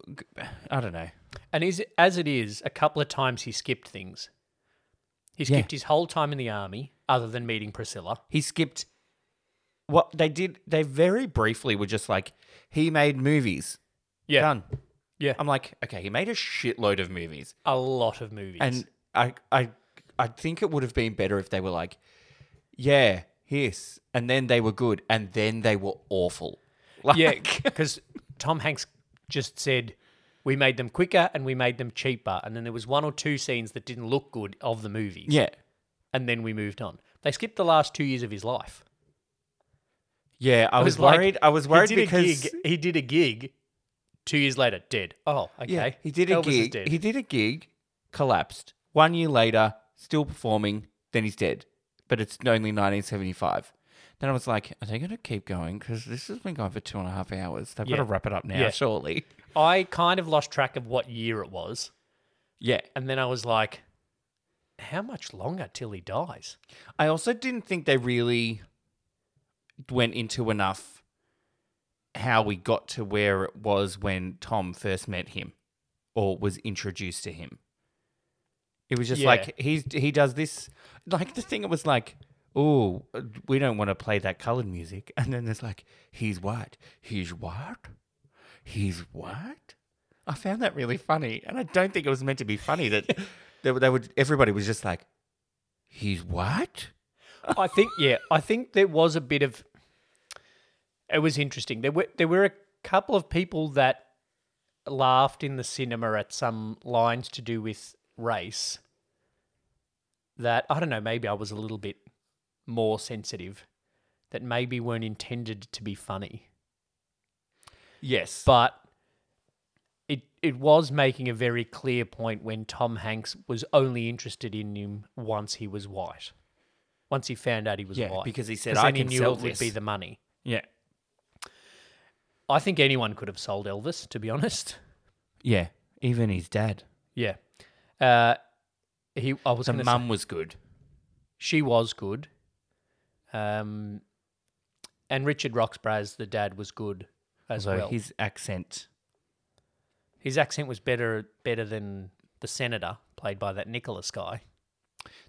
Speaker 2: I don't know.
Speaker 1: and is as it is, a couple of times he skipped things. He
Speaker 2: Yeah.
Speaker 1: skipped his whole time in the army, other than meeting Priscilla.
Speaker 2: He skipped what they did. They very briefly were just like, he made movies.
Speaker 1: Yeah,
Speaker 2: Done. Um,
Speaker 1: Yeah.
Speaker 2: I'm like, okay, he made a shitload of movies.
Speaker 1: a lot of movies.
Speaker 2: And I, I, I think it would have been better if they were like, yeah, hiss, and then they were good, and then they were awful. Like,
Speaker 1: Yeah, because Tom Hanks just said we made them quicker and we made them cheaper, and then there was one or two scenes that didn't look good of the movie.
Speaker 2: yeah,
Speaker 1: and then we moved on. They skipped the last two years of his life.
Speaker 2: yeah. I, was,
Speaker 1: like,
Speaker 2: worried. I was worried
Speaker 1: he did
Speaker 2: because
Speaker 1: a gig, he did a gig. Two years later, dead. Oh, okay.
Speaker 2: yeah, he did a
Speaker 1: Elvis Is
Speaker 2: gig.
Speaker 1: dead.
Speaker 2: He did a gig, collapsed. One year later, still performing. Then he's dead. But it's only 1975. Then I was like, are they going to keep going? Because this has been going for two and a half hours. They've
Speaker 1: Yeah.
Speaker 2: got to wrap it up now,
Speaker 1: Yeah.
Speaker 2: surely.
Speaker 1: I kind of lost track of what year it was,
Speaker 2: Yeah.
Speaker 1: and then I was like, "How much longer till he dies?"
Speaker 2: I also didn't think they really went into enough how we got to where it was when Tom first met him or was introduced to him. It was just
Speaker 1: Yeah.
Speaker 2: like he's he does this like the thing it was like oh we don't want to play that colored music and then there's like he's white he's white he's white I found that really funny and I don't think it was meant to be funny that they, were- they would everybody was just like he's white
Speaker 1: I think yeah, I think there was a bit of it was interesting. There were there were a couple of people that laughed in the cinema at some lines to do with race that I don't know, maybe I was a little bit more sensitive that maybe weren't intended to be funny.
Speaker 2: Yes.
Speaker 1: But it it was making a very clear point when Tom Hanks was only interested in him once he was white. Once he found out he was
Speaker 2: yeah,
Speaker 1: white.
Speaker 2: because he said
Speaker 1: Because
Speaker 2: I
Speaker 1: then he
Speaker 2: can
Speaker 1: knew
Speaker 2: sell
Speaker 1: it would be the money.
Speaker 2: yeah
Speaker 1: I think anyone could have sold Elvis, to be honest.
Speaker 2: yeah even his dad.
Speaker 1: Yeah. Uh, he, I was
Speaker 2: The
Speaker 1: going to
Speaker 2: mum was good.
Speaker 1: she was good. Um, and Richard Roxburgh's the dad was good as
Speaker 2: So
Speaker 1: well. His,
Speaker 2: his accent.
Speaker 1: accent was better better than the senator played by that Nicholas guy,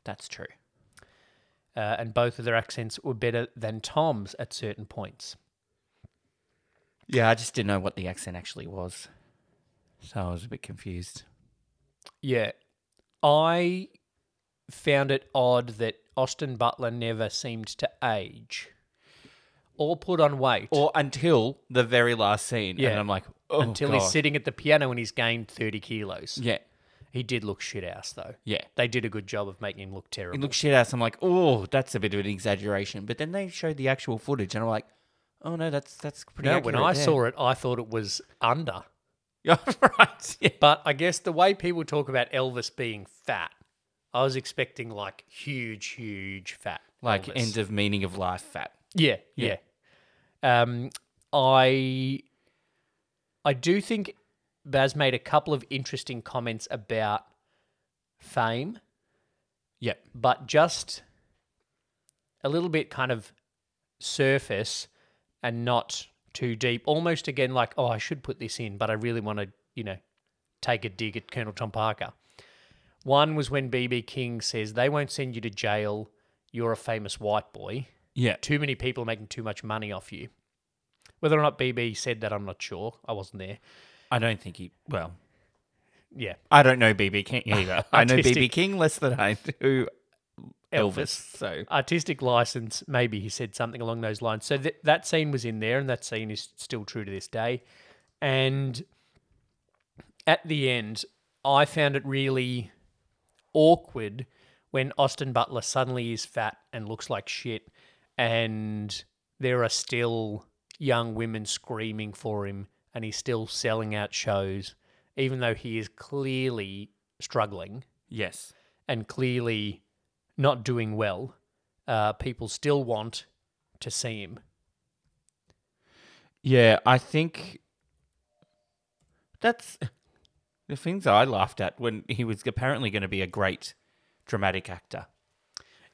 Speaker 2: That's true.
Speaker 1: uh, and both of their accents were better than Tom's at certain points.
Speaker 2: Yeah, I just didn't know what the accent actually was, so I was a bit confused.
Speaker 1: Yeah. I found it odd that Austin Butler never seemed to age or put on weight
Speaker 2: Or until the very last scene,
Speaker 1: Yeah.
Speaker 2: and I'm like, oh,
Speaker 1: until
Speaker 2: God.
Speaker 1: he's sitting at the piano and he's gained 30 kilos.
Speaker 2: Yeah,
Speaker 1: He did look shit ass, though.
Speaker 2: yeah.
Speaker 1: They did a good job of making him look
Speaker 2: It
Speaker 1: terrible.
Speaker 2: looks shit ass. I'm like, oh, that's a bit of an exaggeration. But then they showed the actual footage, and I'm like, oh no, that's that's pretty.
Speaker 1: no, when I saw it, I thought it was under.
Speaker 2: right, yeah.
Speaker 1: But I guess the way people talk about Elvis being fat, I was expecting like huge, huge fat.
Speaker 2: like
Speaker 1: Elvis.
Speaker 2: end of meaning of life fat.
Speaker 1: Yeah, yeah. Um, I I do think Baz made a couple of interesting comments about fame,
Speaker 2: Yeah,
Speaker 1: but just a little bit kind of surface and not too deep. Almost again, like, oh, I should put this in, but I really want to, you know, take a dig at Colonel Tom Parker. One was when BB King says they won't send you to jail. You're a famous white boy
Speaker 2: yeah.
Speaker 1: too many people are making too much money off you. Whether or not BB said that, I'm not sure. I wasn't there.
Speaker 2: I don't think he. Well,
Speaker 1: Yeah,
Speaker 2: I don't know BB King either. I know BB
Speaker 1: Artistic-
Speaker 2: King less than I do Elvis.
Speaker 1: Elvis.
Speaker 2: So
Speaker 1: Artistic license, maybe he said something along those lines. So th- that scene was in there, and that scene is still true to this day. And at the end, I found it really awkward when Austin Butler suddenly is fat and looks like shit, and there are still young women screaming for him, and he's still selling out shows, even though he is clearly struggling
Speaker 2: yes,
Speaker 1: and clearly not doing well, uh, people still want to see him.
Speaker 2: yeah. I think that's the things I laughed at when he was apparently going to be a great dramatic actor.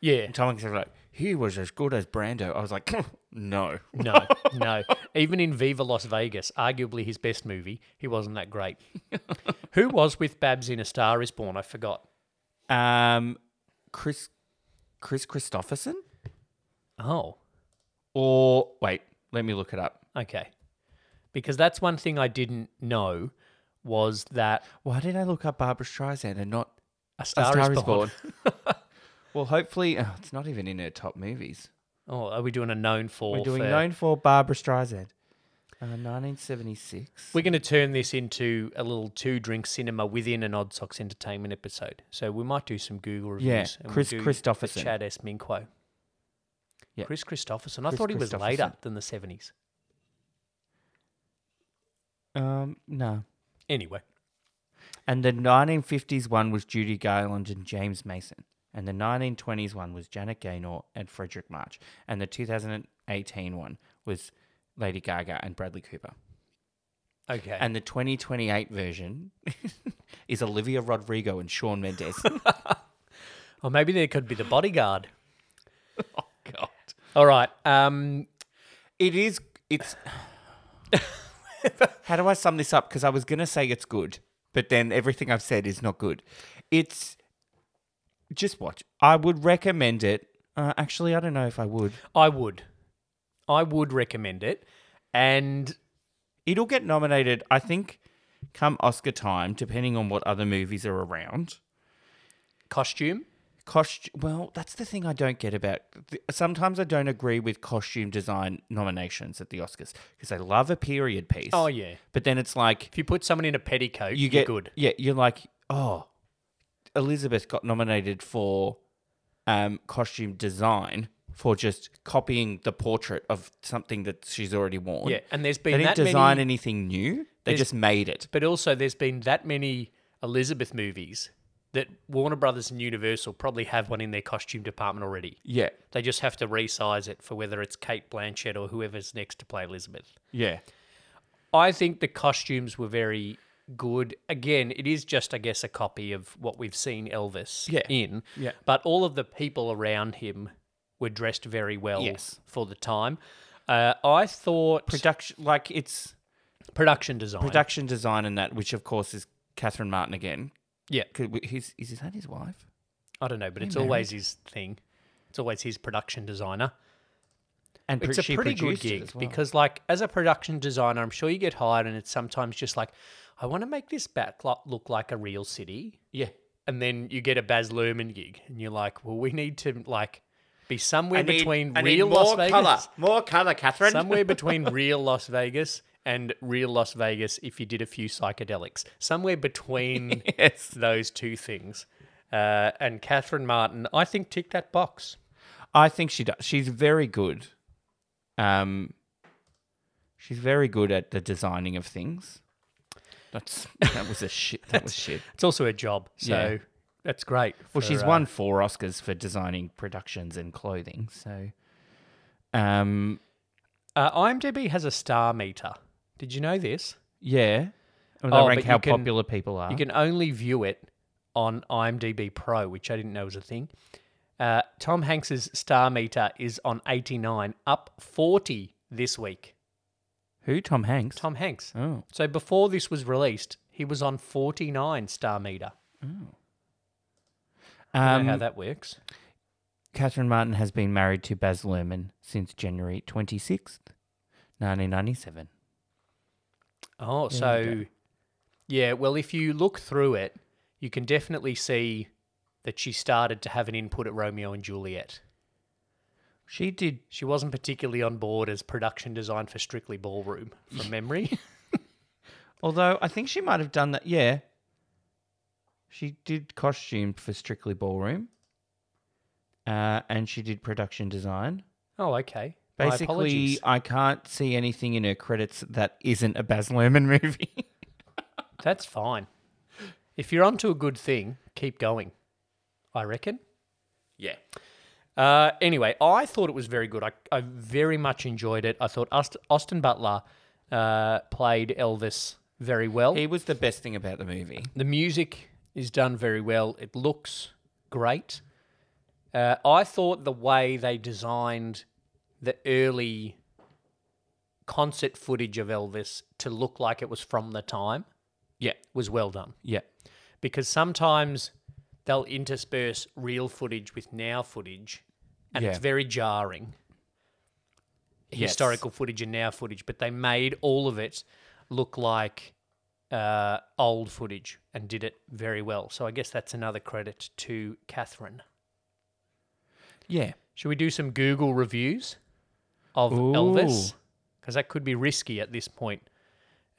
Speaker 1: Yeah.
Speaker 2: Tom Hanks was like, he was as good as Brando. I was like, no.
Speaker 1: No, no. Even in Viva Las Vegas, arguably his best movie, he wasn't that great. Who was with Babs in A Star Is Born? I forgot.
Speaker 2: Um, Chris, Chris Christopherson,
Speaker 1: Oh,
Speaker 2: or wait, let me look it up.
Speaker 1: okay. Because that's one thing I didn't know was that
Speaker 2: Why did I look up Barbara Streisand and not
Speaker 1: A Star, is, born.
Speaker 2: uh, well, hopefully, oh, it's not even in her top movies.
Speaker 1: Oh, are we doing a known for?
Speaker 2: We're doing
Speaker 1: for-
Speaker 2: known for Barbara Streisand. Uh, 1976.
Speaker 1: We're going to turn this into a little two drink cinema within an Odd Socks Entertainment episode. So we might do some Google reviews.
Speaker 2: Yeah,
Speaker 1: and we'll
Speaker 2: Chris
Speaker 1: do
Speaker 2: Christopherson.
Speaker 1: Chad S. Minquo.
Speaker 2: Yeah.
Speaker 1: Chris Christopherson. I
Speaker 2: Chris
Speaker 1: thought he was later
Speaker 2: Christopherson.
Speaker 1: than the 70s.
Speaker 2: Um, no.
Speaker 1: Anyway,
Speaker 2: And the 1950s one was Judy Garland and James Mason. And the 1920s one was Janet Gaynor and Frederick March. And the 2018 one was Lady Gaga and Bradley Cooper.
Speaker 1: okay.
Speaker 2: And the 2028 version is Olivia Rodrigo and Sean Mendes.
Speaker 1: or maybe there could be the bodyguard.
Speaker 2: oh, God.
Speaker 1: All right. Um,
Speaker 2: It is. It's. how do I sum this up? Because I was going to say it's good, but then everything I've said is not good. It's. Just watch. I would recommend it. Uh, actually, I don't know if I would.
Speaker 1: I would. I would recommend it. And
Speaker 2: It'll get nominated, I think, come Oscar time, depending on what other movies are around.
Speaker 1: costume.
Speaker 2: Cost well, that's the thing I don't get about. th- Sometimes I don't agree with costume design nominations at the Oscars because they love a period piece.
Speaker 1: Oh, yeah.
Speaker 2: but then it's like
Speaker 1: If you put someone in a petticoat,
Speaker 2: you
Speaker 1: you are
Speaker 2: get
Speaker 1: good.
Speaker 2: Yeah, you're like, oh, Elizabeth got nominated for um, costume design for just copying the portrait of something that she's already worn.
Speaker 1: Yeah. And there's
Speaker 2: they
Speaker 1: been
Speaker 2: didn't
Speaker 1: that
Speaker 2: design
Speaker 1: many.
Speaker 2: anything new. They
Speaker 1: There's-
Speaker 2: just made it.
Speaker 1: But also, there's been that many Elizabeth movies that Warner Brothers and Universal probably have one in their costume department already.
Speaker 2: Yeah,
Speaker 1: They just have to resize it for whether it's Kate Blanchett or whoever's next to play Elizabeth.
Speaker 2: yeah,
Speaker 1: I think the costumes were very good. Again, it is just, I guess, a copy of what we've seen Elvis
Speaker 2: Yeah.
Speaker 1: in.
Speaker 2: Yeah.
Speaker 1: But all of the people around him were dressed very well
Speaker 2: Yes.
Speaker 1: for the time. Uh, I thought
Speaker 2: production like it's
Speaker 1: production design.
Speaker 2: production design and that, which of course is Catherine Martin again.
Speaker 1: yeah.
Speaker 2: 'Cause we- His is that his wife?
Speaker 1: I don't know, but it's
Speaker 2: married?
Speaker 1: always his thing. It's always his production designer.
Speaker 2: And
Speaker 1: It's
Speaker 2: pro-
Speaker 1: a
Speaker 2: she
Speaker 1: pretty good
Speaker 2: produced it
Speaker 1: gig
Speaker 2: as well.
Speaker 1: because, like, as a production designer, I'm sure you get hired, and it's sometimes just like, I want to make this backlot look like a real city,
Speaker 2: yeah,
Speaker 1: and then you get a Baz Luhrmann gig, and you're like, well, we need to like be somewhere between real Las Vegas,
Speaker 2: more color, Catherine.
Speaker 1: somewhere between real Las Vegas and real Las Vegas. If you did a few psychedelics, somewhere between
Speaker 2: yes.
Speaker 1: those two things. Uh, and Catherine Martin, I think, ticked that box.
Speaker 2: I think she does. She's very good. Um, she's very good at the designing of things. That's that was a shit. That was shit.
Speaker 1: It's also a job, so
Speaker 2: Yeah.
Speaker 1: that's great.
Speaker 2: Well,
Speaker 1: for,
Speaker 2: she's
Speaker 1: uh,
Speaker 2: won four Oscars for designing productions and clothing. So, um,
Speaker 1: Uh, IMDb has a star meter. Did you know this?
Speaker 2: yeah. Well,
Speaker 1: Oh,
Speaker 2: they rank
Speaker 1: but you
Speaker 2: how
Speaker 1: can-
Speaker 2: popular people are.
Speaker 1: You can only view it on IMDb Pro, which I didn't know was a thing. Uh, Tom Hanks's star meter is on 89, up 40 this week.
Speaker 2: Who? Tom Hanks.
Speaker 1: Tom Hanks.
Speaker 2: Oh,
Speaker 1: So before this was released, he was on 49 star meter. I don't know how
Speaker 2: oh. um,
Speaker 1: that works.
Speaker 2: Catherine Martin has been married to Baz Luhrmann since January twenty sixth, nineteen ninety seven.
Speaker 1: Oh,
Speaker 2: There you
Speaker 1: so yeah, well, if you look through it, you can definitely see that she started to have an input at Romeo and Juliet.
Speaker 2: She did
Speaker 1: She wasn't particularly on board as production design for Strictly Ballroom from memory.
Speaker 2: Although I think she might have done that. Yeah. She did costume for Strictly Ballroom. Uh, and she did production design.
Speaker 1: oh, okay. My
Speaker 2: Basically,
Speaker 1: apologies.
Speaker 2: I can't see anything in her credits that isn't a Baz Luhrmann movie.
Speaker 1: that's fine. If you're onto a good thing, keep going. I reckon.
Speaker 2: yeah.
Speaker 1: Uh, anyway, I thought it was very good. I, I very much enjoyed it. I thought Aust- Austin Butler uh, played Elvis very well.
Speaker 2: He was the best thing about the movie.
Speaker 1: The music is done very well. It looks great. Uh, I thought the way they designed the early concert footage of Elvis to look like it was from the time
Speaker 2: Yeah.
Speaker 1: was well done.
Speaker 2: Yeah.
Speaker 1: Because sometimes they'll intersperse real footage with now footage, and it's
Speaker 2: Yeah.
Speaker 1: very jarring.
Speaker 2: Yes.
Speaker 1: Historical footage and now footage, but they made all of it look like uh, old footage and did it very well. So I guess that's another credit to Catherine.
Speaker 2: Yeah.
Speaker 1: Should we do some Google reviews of Elvis? Because that could be risky at this point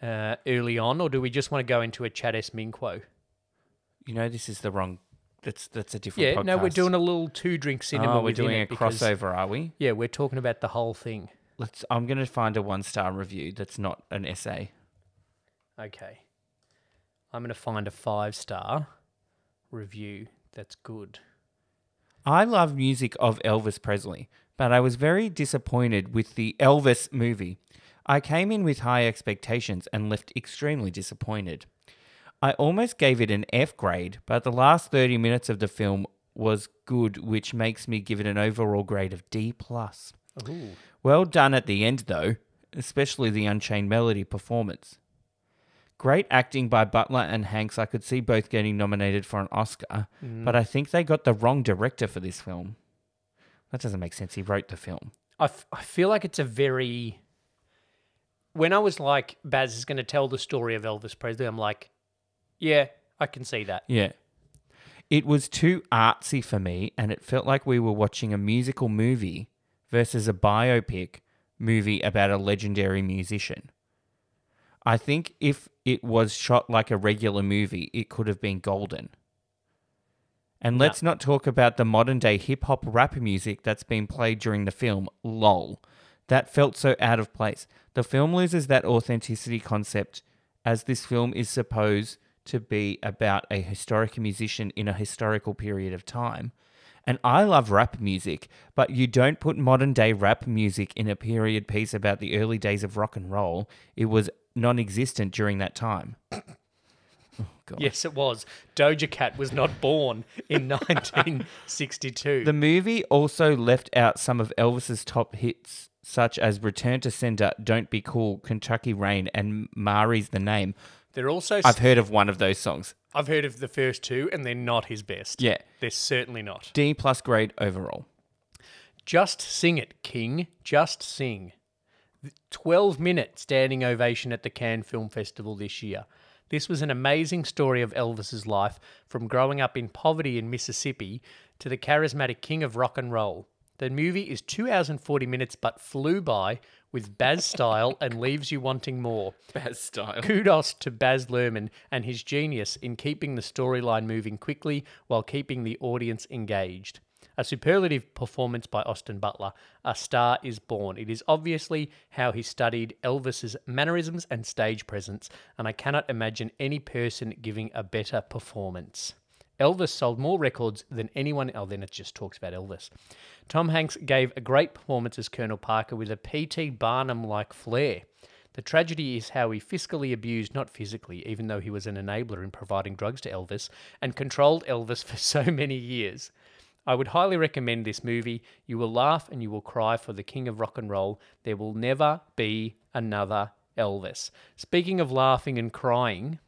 Speaker 1: uh, early on, or do we just want to go into a Chad S. Minquo?
Speaker 2: You know, this is the wrong. That's that's a different.
Speaker 1: Yeah,
Speaker 2: podcast.
Speaker 1: no, we're doing a little two drink cinema.
Speaker 2: Oh, we're
Speaker 1: within
Speaker 2: doing
Speaker 1: it
Speaker 2: a
Speaker 1: because-
Speaker 2: crossover, are we?
Speaker 1: Yeah, we're talking about the whole thing.
Speaker 2: Let's. I'm gonna find a one star review that's not an essay.
Speaker 1: Okay. I'm going to find a five star review that's good.
Speaker 2: I love music of Elvis Presley, but I was very disappointed with the Elvis movie. I came in with high expectations and left extremely disappointed. I almost gave it an F grade, but the last 30 minutes of the film was good, which makes me give it an overall grade of D+. plus.
Speaker 1: Ooh.
Speaker 2: Well done at the end, though, especially the Unchained Melody performance. Great acting by Butler and Hanks. I could see both getting nominated for an Oscar, but I think they got the wrong director for this film. That doesn't make sense. He wrote the film.
Speaker 1: I, f- I feel like it's a very. When I was like, Baz is going to tell the story of Elvis Presley, I'm like, yeah, I can see that.
Speaker 2: Yeah. It was too artsy for me, and it felt like we were watching a musical movie versus a biopic movie about a legendary musician. I think if it was shot like a regular movie, it could have been golden. And let's not talk about the modern day hip hop rap music that's been played during the film, lol. That felt so out of place. The film loses that authenticity concept as this film is supposed to be about a historic musician in a historical period of time. And I love rap music, but you don't put modern day rap music in a period piece about the early days of rock and roll. It was non existent during that time.
Speaker 1: Yes, it was. Doja Cat was not born in 1962.
Speaker 2: The movie also left out some of Elvis's top hits, such as Return to Sender, Don't Be Cool, Kentucky Rain, and Mari's the Name.
Speaker 1: They're also.
Speaker 2: I've heard of one of those songs.
Speaker 1: I've heard of the first two, and they're not his best.
Speaker 2: Yeah.
Speaker 1: They're certainly not.
Speaker 2: D plus grade overall.
Speaker 1: Just sing it, King. Just sing. 12 minute standing ovation at the Cannes Film Festival this year. This was an amazing story of Elvis's life from growing up in poverty in Mississippi to the charismatic king of rock and roll. The movie is 2 hours and 40 minutes but flew by with Baz style and leaves you wanting more.
Speaker 2: Baz style.
Speaker 1: Kudos to Baz Luhrmann and his genius in keeping the storyline moving quickly while keeping the audience engaged. A superlative performance by Austin Butler. A star is born. It is obviously how he studied Elvis's mannerisms and stage presence, and I cannot imagine any person giving a better performance. Elvis sold more records than anyone. Oh, then it just talks about Elvis. Tom Hanks gave a great performance as Colonel Parker with a P.T. Barnum like flair. The tragedy is how he fiscally abused, not physically, even though he was an enabler in providing drugs to Elvis, and controlled Elvis for so many years. I would highly recommend this movie. You will laugh and you will cry for the king of rock and roll. There will never be another Elvis. Speaking of laughing and crying,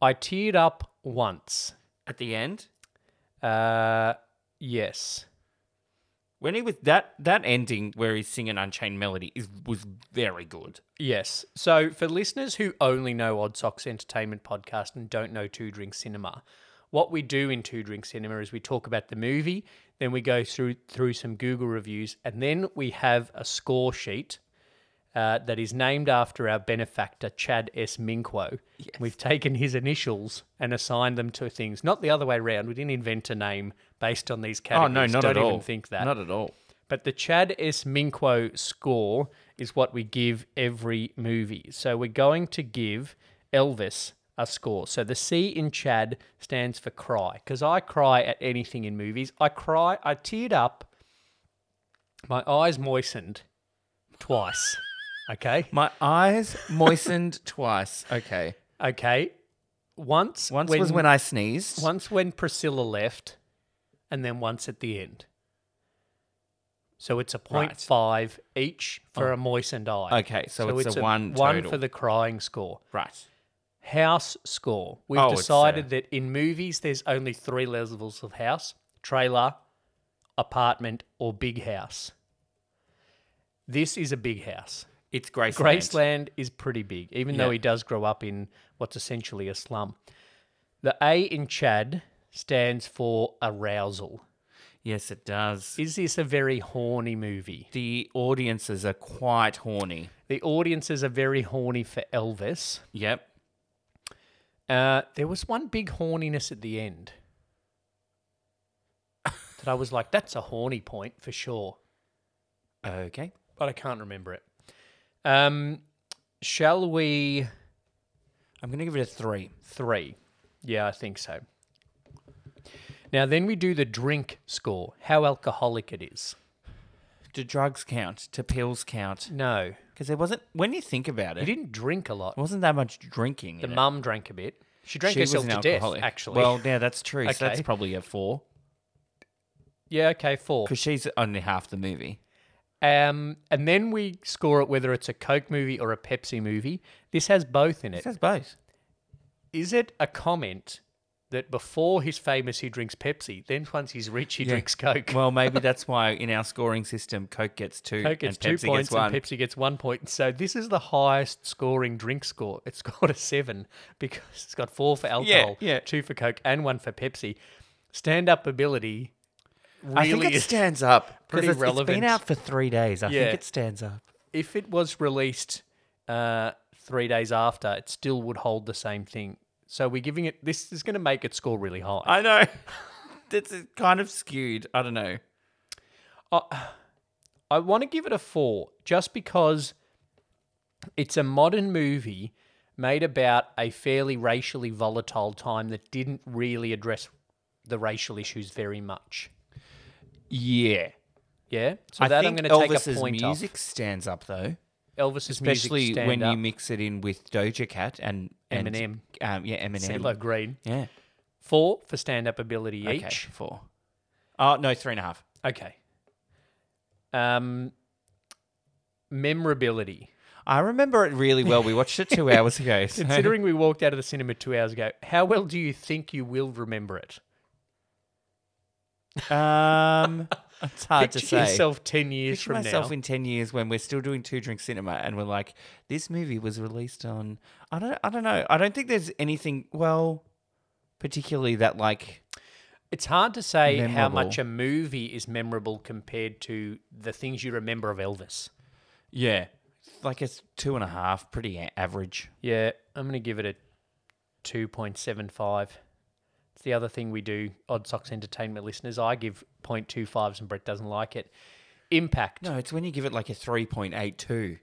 Speaker 1: I teared up once.
Speaker 2: At the end,
Speaker 1: Uh, yes.
Speaker 2: when he was that that ending where he's singing Unchained Melody is was very good.
Speaker 1: Yes. So for listeners who only know Odd Socks Entertainment Podcast and don't know Two Drink Cinema, what we do in Two Drink Cinema is we talk about the movie, then we go through through some Google reviews, and then we have a score sheet uh, that is named after our benefactor Chad S. Minquo. We've taken his initials and assigned them to things, not the other way around. We didn't invent a name based on these
Speaker 2: Oh
Speaker 1: categories.
Speaker 2: no, not
Speaker 1: don't
Speaker 2: at
Speaker 1: even
Speaker 2: all.
Speaker 1: think that.
Speaker 2: Not at all.
Speaker 1: But the Chad S. Minquo score is what we give every movie. So we're going to give Elvis a score. So the C in Chad stands for cry, because I cry at anything in movies. I cry, I teared up, my eyes moistened twice. Okay?
Speaker 2: My eyes moistened twice. Okay.
Speaker 1: Okay. Once,
Speaker 2: Once was when I sneezed.
Speaker 1: Once when Priscilla left, and then once at the end. So it's a point
Speaker 2: Right. Oh.
Speaker 1: five each for a moistened eye.
Speaker 2: Okay, so it's a one
Speaker 1: one
Speaker 2: total.
Speaker 1: for the crying score.
Speaker 2: right.
Speaker 1: House score. We've
Speaker 2: Oh, it's, uh,
Speaker 1: decided that in movies there's only three levels of house: trailer, apartment, or big house. This is a big house.
Speaker 2: It's Graceland.
Speaker 1: Graceland is pretty big, even though
Speaker 2: Yeah.
Speaker 1: he does grow up in what's essentially a slum. The A in Chad stands for arousal.
Speaker 2: Yes, it does.
Speaker 1: Is this a very horny movie?
Speaker 2: the audiences are quite horny.
Speaker 1: The audiences are very horny for Elvis.
Speaker 2: Yep.
Speaker 1: Uh, there was one big horniness at the end that I was like, that's a horny point for sure,
Speaker 2: Okay.
Speaker 1: but I can't remember it. Um, shall we?
Speaker 2: I'm going to give it a three.
Speaker 1: Three. Yeah, I think so. Now, then we do the drink score, how alcoholic it is.
Speaker 2: Do drugs count? Do pills count?
Speaker 1: No,
Speaker 2: Because there wasn't, when you think about
Speaker 1: he
Speaker 2: it, it
Speaker 1: didn't drink a lot.
Speaker 2: wasn't that much drinking.
Speaker 1: The
Speaker 2: in it.
Speaker 1: mum drank a bit. She drank
Speaker 2: She was
Speaker 1: herself
Speaker 2: an
Speaker 1: to
Speaker 2: alcoholic.
Speaker 1: death, actually.
Speaker 2: Well, yeah, that's true. So that's
Speaker 1: Okay.
Speaker 2: probably a four.
Speaker 1: yeah, okay, four.
Speaker 2: Because she's only half the movie.
Speaker 1: Um, and then we score it whether it's a Coke movie or a Pepsi movie. This has both in
Speaker 2: It
Speaker 1: it.
Speaker 2: says both.
Speaker 1: Is it a comment that before he's famous, he drinks Pepsi, then once he's rich, he drinks Coke?
Speaker 2: Well, maybe that's why in our scoring system, Coke gets two
Speaker 1: Coke gets
Speaker 2: and Pepsi
Speaker 1: two points
Speaker 2: gets
Speaker 1: and
Speaker 2: one.
Speaker 1: Pepsi gets one point. So this is the highest scoring drink score. It's got a seven because it's got four for alcohol,
Speaker 2: yeah.
Speaker 1: two for Coke, and one for Pepsi. Stand up ability really
Speaker 2: I think it
Speaker 1: is.
Speaker 2: stands up. 'cause
Speaker 1: pretty
Speaker 2: it's- It's
Speaker 1: relevant.
Speaker 2: been out for three days. I
Speaker 1: Yeah.
Speaker 2: think it stands up.
Speaker 1: if it was released uh, three days after, it still would hold the same thing. So we're giving it. This is going to make it score really high.
Speaker 2: I know. it's kind of skewed. I don't know.
Speaker 1: I want to give it a four just because it's a modern movie made about a fairly racially volatile time that didn't really address the racial issues very much.
Speaker 2: Yeah.
Speaker 1: Yeah, so
Speaker 2: I
Speaker 1: that I'm
Speaker 2: think
Speaker 1: going to
Speaker 2: Elvis's
Speaker 1: take a point
Speaker 2: music stands up though,
Speaker 1: off. Elvis's
Speaker 2: especially
Speaker 1: music stand
Speaker 2: when
Speaker 1: up,
Speaker 2: you mix it in with Doja Cat and, and
Speaker 1: Eminem,
Speaker 2: Um, yeah, Eminem.
Speaker 1: CeeLo Green,
Speaker 2: Yeah.
Speaker 1: four for stand up ability
Speaker 2: Okay,
Speaker 1: each.
Speaker 2: four. Oh no, three and a half.
Speaker 1: Okay. Um, memorability.
Speaker 2: I remember it really well. We watched it two hours ago. so-
Speaker 1: Considering we walked out of the cinema two hours ago, how well do you think you will remember it?
Speaker 2: um, it's hard
Speaker 1: Picture
Speaker 2: to say.
Speaker 1: yourself ten years
Speaker 2: Picture
Speaker 1: from
Speaker 2: myself
Speaker 1: now.
Speaker 2: in ten years when we're still doing two drink cinema, and we're like, this movie was released on. I don't. I don't know. I don't think there's anything. Well, particularly that like.
Speaker 1: it's hard to say how
Speaker 2: Memorable.
Speaker 1: much a movie is memorable compared to the things you remember of Elvis.
Speaker 2: Yeah. Like it's two and a half, pretty a- average.
Speaker 1: Yeah, I'm going to give it a 2.75. It's the other thing we do, Odd Socks Entertainment listeners. I give 0.25s and Brett doesn't like it. Impact.
Speaker 2: No, it's when you give it like a 3.82.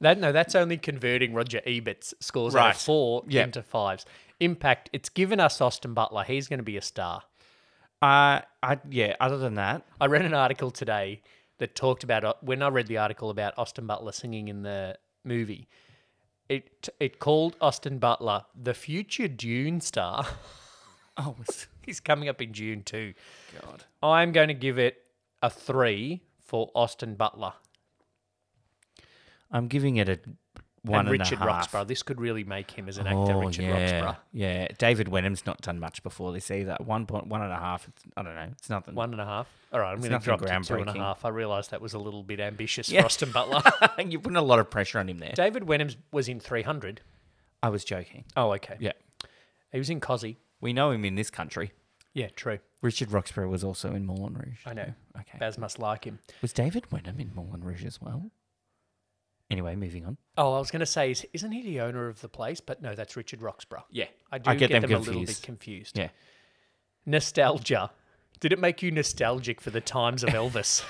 Speaker 1: That no, that's only converting Roger Ebert's scores out
Speaker 2: Right.
Speaker 1: of four
Speaker 2: Yeah.
Speaker 1: into fives. Impact. It's given us Austin Butler. He's going to be a star.
Speaker 2: Uh, I yeah, other than that,
Speaker 1: I read an article today that talked about uh, when I read the article about Austin Butler singing in the movie. It it called Austin Butler the future Dune star.
Speaker 2: oh, it's-
Speaker 1: He's coming up in June too.
Speaker 2: God.
Speaker 1: I'm going to give it a three for Austin Butler
Speaker 2: I'm giving it a one
Speaker 1: and Richard
Speaker 2: half.
Speaker 1: Roxburgh. This could really make him as an actor,
Speaker 2: Oh,
Speaker 1: Richard
Speaker 2: yeah.
Speaker 1: Roxburgh.
Speaker 2: Yeah, David Wenham's not done much before this either. One point, one and a half. It's, I don't know. It's nothing.
Speaker 1: One and a half. All right, I'm going to
Speaker 2: nothing
Speaker 1: drop it to two and a
Speaker 2: groundbreaking.
Speaker 1: half. I realised that was a little bit ambitious
Speaker 2: Yeah.
Speaker 1: for Austin Butler.
Speaker 2: You're putting a lot of pressure on him there.
Speaker 1: David Wenham was in 300.
Speaker 2: I was joking.
Speaker 1: Oh, okay.
Speaker 2: Yeah,
Speaker 1: He was in Cosy.
Speaker 2: we know him in this country.
Speaker 1: Yeah, true.
Speaker 2: Richard Roxburgh was also in Moulin Rouge.
Speaker 1: I know.
Speaker 2: Okay.
Speaker 1: Baz must like him.
Speaker 2: was David Wenham in Moulin Rouge as well? Anyway, moving on.
Speaker 1: Oh, I was going to say, is- isn't he the owner of the place? But no, that's Richard Roxburgh.
Speaker 2: Yeah,
Speaker 1: I do get, them, a little bit confused.
Speaker 2: Yeah.
Speaker 1: Nostalgia. Did it make you nostalgic for the times of Elvis?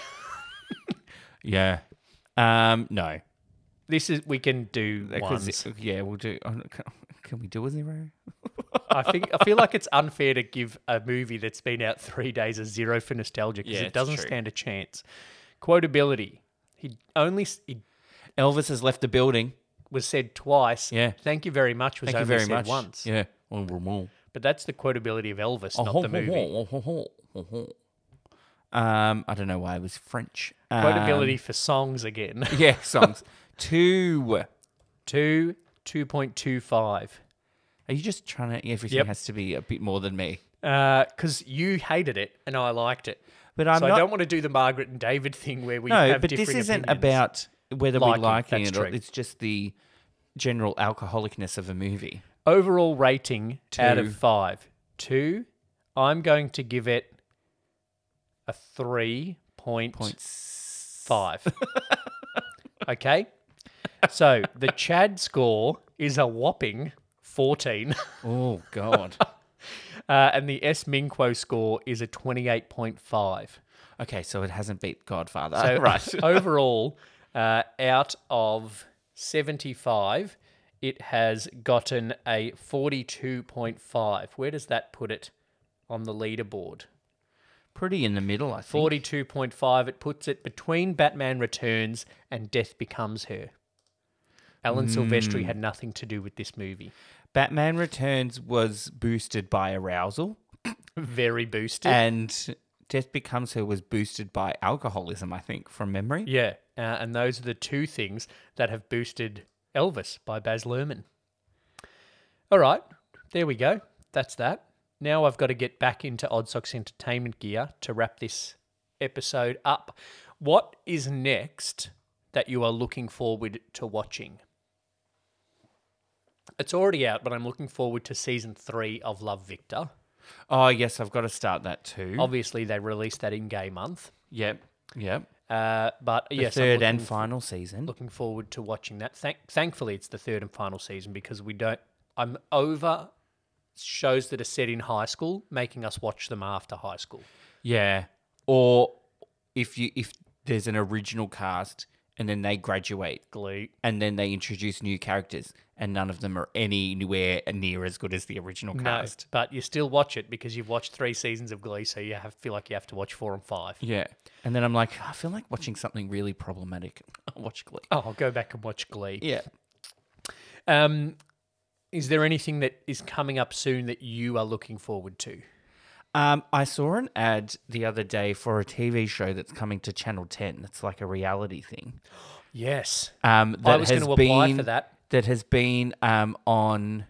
Speaker 2: Yeah. Um, no.
Speaker 1: this is we can do
Speaker 2: Because-
Speaker 1: ones.
Speaker 2: Yeah, we'll do.
Speaker 1: oh,
Speaker 2: I'm not- Can can we do a zero?
Speaker 1: I think I feel like it's unfair to give a movie that's been out three days a zero for nostalgia because
Speaker 2: Yeah,
Speaker 1: it
Speaker 2: it's
Speaker 1: doesn't
Speaker 2: true.
Speaker 1: stand a chance. Quotability. He only s- he
Speaker 2: Elvis has left the building.
Speaker 1: was said twice.
Speaker 2: Yeah.
Speaker 1: Thank you very much was
Speaker 2: Thank you
Speaker 1: only
Speaker 2: very
Speaker 1: said
Speaker 2: much.
Speaker 1: once.
Speaker 2: Yeah. Oh, Not
Speaker 1: But that's the quotability of Elvis, not the movie.
Speaker 2: Um, I don't know why it was French. Um,
Speaker 1: Quotability for songs again.
Speaker 2: Yeah, songs. Two.
Speaker 1: Two, 2.25.
Speaker 2: Are you just trying to? Everything
Speaker 1: Yep.
Speaker 2: has to be a bit more than me.
Speaker 1: Because Uh, you hated it and I liked it.
Speaker 2: But I'm
Speaker 1: so
Speaker 2: not.
Speaker 1: I don't want to do the Margaret and David thing where we
Speaker 2: no,
Speaker 1: have
Speaker 2: but
Speaker 1: differing
Speaker 2: this isn't
Speaker 1: opinions.
Speaker 2: about whether we
Speaker 1: Liking,
Speaker 2: like
Speaker 1: that's
Speaker 2: it. Or,
Speaker 1: true.
Speaker 2: it's just the general alcoholicness of a movie.
Speaker 1: overall rating out
Speaker 2: Two.
Speaker 1: of five. Two. I'm going to give it a three
Speaker 2: Point s-
Speaker 1: five. okay. So the Chad score is a whopping 14,
Speaker 2: Oh God.
Speaker 1: uh, and the S Minquo score is a 28.5.
Speaker 2: okay, so it hasn't beat Godfather.
Speaker 1: So
Speaker 2: right.
Speaker 1: overall, uh, out of 75, it has gotten a 42.5. Where does that put it on the leaderboard?
Speaker 2: Pretty in the middle, I think.
Speaker 1: 42.5, it puts it between Batman Returns and Death Becomes Her. Alan Silvestri had nothing to do with this movie.
Speaker 2: Batman Returns was boosted by arousal,
Speaker 1: Very boosted.
Speaker 2: and Death Becomes Her was boosted by alcoholism. I think from memory.
Speaker 1: yeah, uh, and those are the two things that have boosted Elvis by Baz Luhrmann. All right, there we go. That's that. Now I've got to get back into Odd Socks entertainment gear to wrap this episode up. What is next that you are looking forward to watching? It's already out, but I'm looking forward to season three of Love Victor.
Speaker 2: Oh yes, I've got to start that too.
Speaker 1: Obviously, they released that in gay month.
Speaker 2: Yep. Yep.
Speaker 1: Uh, but
Speaker 2: The
Speaker 1: yes, I'm
Speaker 2: third and
Speaker 1: looking-
Speaker 2: final season.
Speaker 1: looking forward to watching that. Thank- thankfully, it's the third and final season because we don't. I'm over shows that are set in high school, making us watch them after high school.
Speaker 2: Yeah. Or if you if there's an original cast and then they graduate
Speaker 1: Glee.
Speaker 2: and then they introduce new characters and none of them are anywhere near as good as the original
Speaker 1: No,
Speaker 2: cast.
Speaker 1: Uh, but you still watch it because you've watched three seasons of Glee, so you have feel like you have to watch four and five.
Speaker 2: Yeah. And then I'm like, I feel like watching something really problematic. I'll watch Glee.
Speaker 1: Oh, I'll go back and watch Glee.
Speaker 2: Yeah.
Speaker 1: Um, is there anything that is coming up soon that you are looking forward to?
Speaker 2: Um, I saw an ad the other day for a TV show that's coming to Channel 10. That's like a reality thing.
Speaker 1: Yes,
Speaker 2: Um, that
Speaker 1: I was
Speaker 2: has
Speaker 1: going to apply
Speaker 2: been-
Speaker 1: for that.
Speaker 2: That has been um, on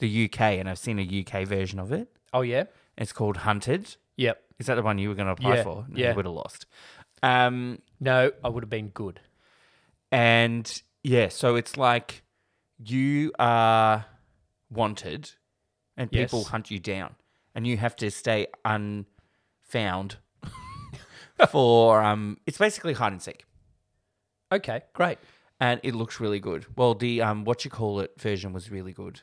Speaker 2: the UK, and I've seen a UK version of it.
Speaker 1: Oh yeah,
Speaker 2: It's called Hunted.
Speaker 1: yep.
Speaker 2: Is that the one you were going to apply
Speaker 1: Yeah,
Speaker 2: for? No,
Speaker 1: yeah.
Speaker 2: You would have lost. Um,
Speaker 1: No, I would have been good.
Speaker 2: and yeah, so it's like you are wanted and people
Speaker 1: Yes.
Speaker 2: hunt you down and you have to stay unfound for, um, it's basically hide and seek.
Speaker 1: Okay, great.
Speaker 2: And it looks really good. Well, the, um, what you call it version was really good.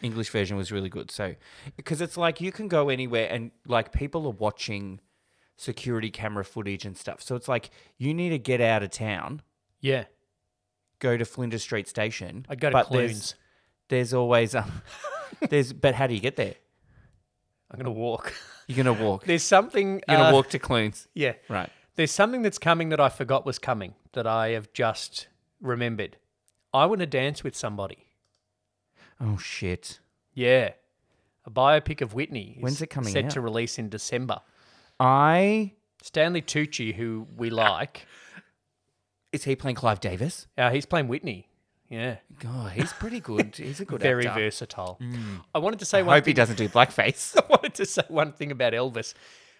Speaker 2: English version was really good. So, because it's like you can go anywhere and like people are watching security camera footage and stuff. So it's like you need to get out of town,
Speaker 1: Yeah,
Speaker 2: go to Flinders Street Station.
Speaker 1: I'd go to
Speaker 2: but
Speaker 1: Clunes.
Speaker 2: There's, there's always um, there's but how do you get there?
Speaker 1: I'm going to walk.
Speaker 2: You're gonna walk.
Speaker 1: There's something.
Speaker 2: You're gonna
Speaker 1: uh,
Speaker 2: walk to Clunes,
Speaker 1: Yeah.
Speaker 2: right?
Speaker 1: There's something that's coming that I forgot was coming that I have just remembered. I want to dance with somebody.
Speaker 2: Oh shit!
Speaker 1: Yeah. A biopic of Whitney. is
Speaker 2: When's it coming
Speaker 1: Set
Speaker 2: out?
Speaker 1: to release in December.
Speaker 2: I
Speaker 1: Stanley Tucci, who we like,
Speaker 2: is he playing Clive Davis?
Speaker 1: uh, he's playing Whitney. Yeah.
Speaker 2: God, he's pretty good. He's a good
Speaker 1: Very
Speaker 2: actor. Mm.
Speaker 1: versatile. I wanted to say
Speaker 2: I
Speaker 1: one
Speaker 2: hope he doesn't do blackface.
Speaker 1: I wanted to say one thing about Elvis.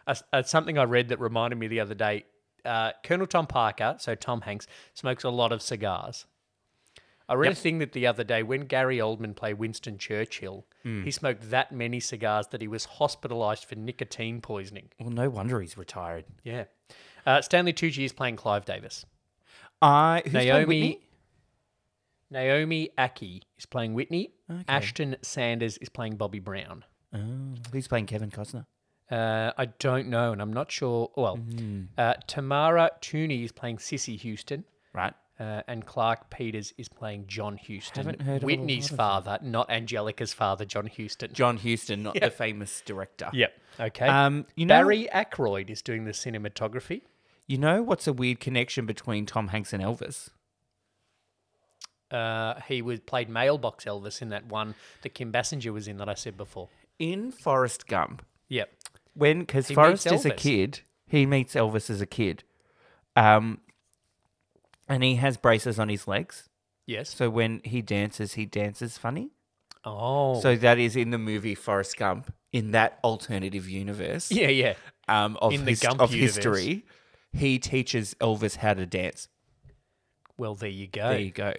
Speaker 1: Uh, uh, something I read that reminded me the other day. Uh, Colonel Tom Parker, so Tom Hanks, smokes a lot of cigars. I read a thing that the other day when Gary Oldman played Winston Churchill, he smoked that many cigars that he was hospitalized for nicotine poisoning.
Speaker 2: well, no wonder he's retired.
Speaker 1: Yeah. Uh, Stanley Tucci is playing Clive Davis.
Speaker 2: I who's playing
Speaker 1: Naomi.
Speaker 2: Whitney?
Speaker 1: Naomi Aki is playing Whitney. Ashton Sanders is playing Bobby Brown.
Speaker 2: Oh, who's playing Kevin Costner?
Speaker 1: Uh, I don't know, and I'm not sure. Well,
Speaker 2: Mm.
Speaker 1: uh, Tamara Tooney is playing Sissy Houston,
Speaker 2: Right.
Speaker 1: uh, and Clark Peters is playing John Houston.
Speaker 2: Haven't heard of a
Speaker 1: Whitney's
Speaker 2: lot of
Speaker 1: father, not Angelica's father, John Houston.
Speaker 2: John Huston, not the famous director.
Speaker 1: Yep. Okay.
Speaker 2: Um, you know,
Speaker 1: Barry Ackroyd is doing the cinematography.
Speaker 2: you know what's a weird connection between Tom Hanks and Elvis?
Speaker 1: Uh, he was played Mailbox Elvis in that one that Kim Bassinger was in that I said before.
Speaker 2: In Forrest Gump,
Speaker 1: Yep.
Speaker 2: when because
Speaker 1: He
Speaker 2: Forrest
Speaker 1: meets
Speaker 2: is a
Speaker 1: Elvis.
Speaker 2: kid, he meets Elvis as a kid, um, and he has braces on his legs.
Speaker 1: Yes.
Speaker 2: So when he dances, he dances funny.
Speaker 1: Oh.
Speaker 2: So that is in the movie Forrest Gump in that alternative universe
Speaker 1: yeah, yeah.
Speaker 2: um, of,
Speaker 1: In the
Speaker 2: his-
Speaker 1: Gump
Speaker 2: of
Speaker 1: universe.
Speaker 2: history. He teaches Elvis how to dance.
Speaker 1: Well, there you go.
Speaker 2: There you go.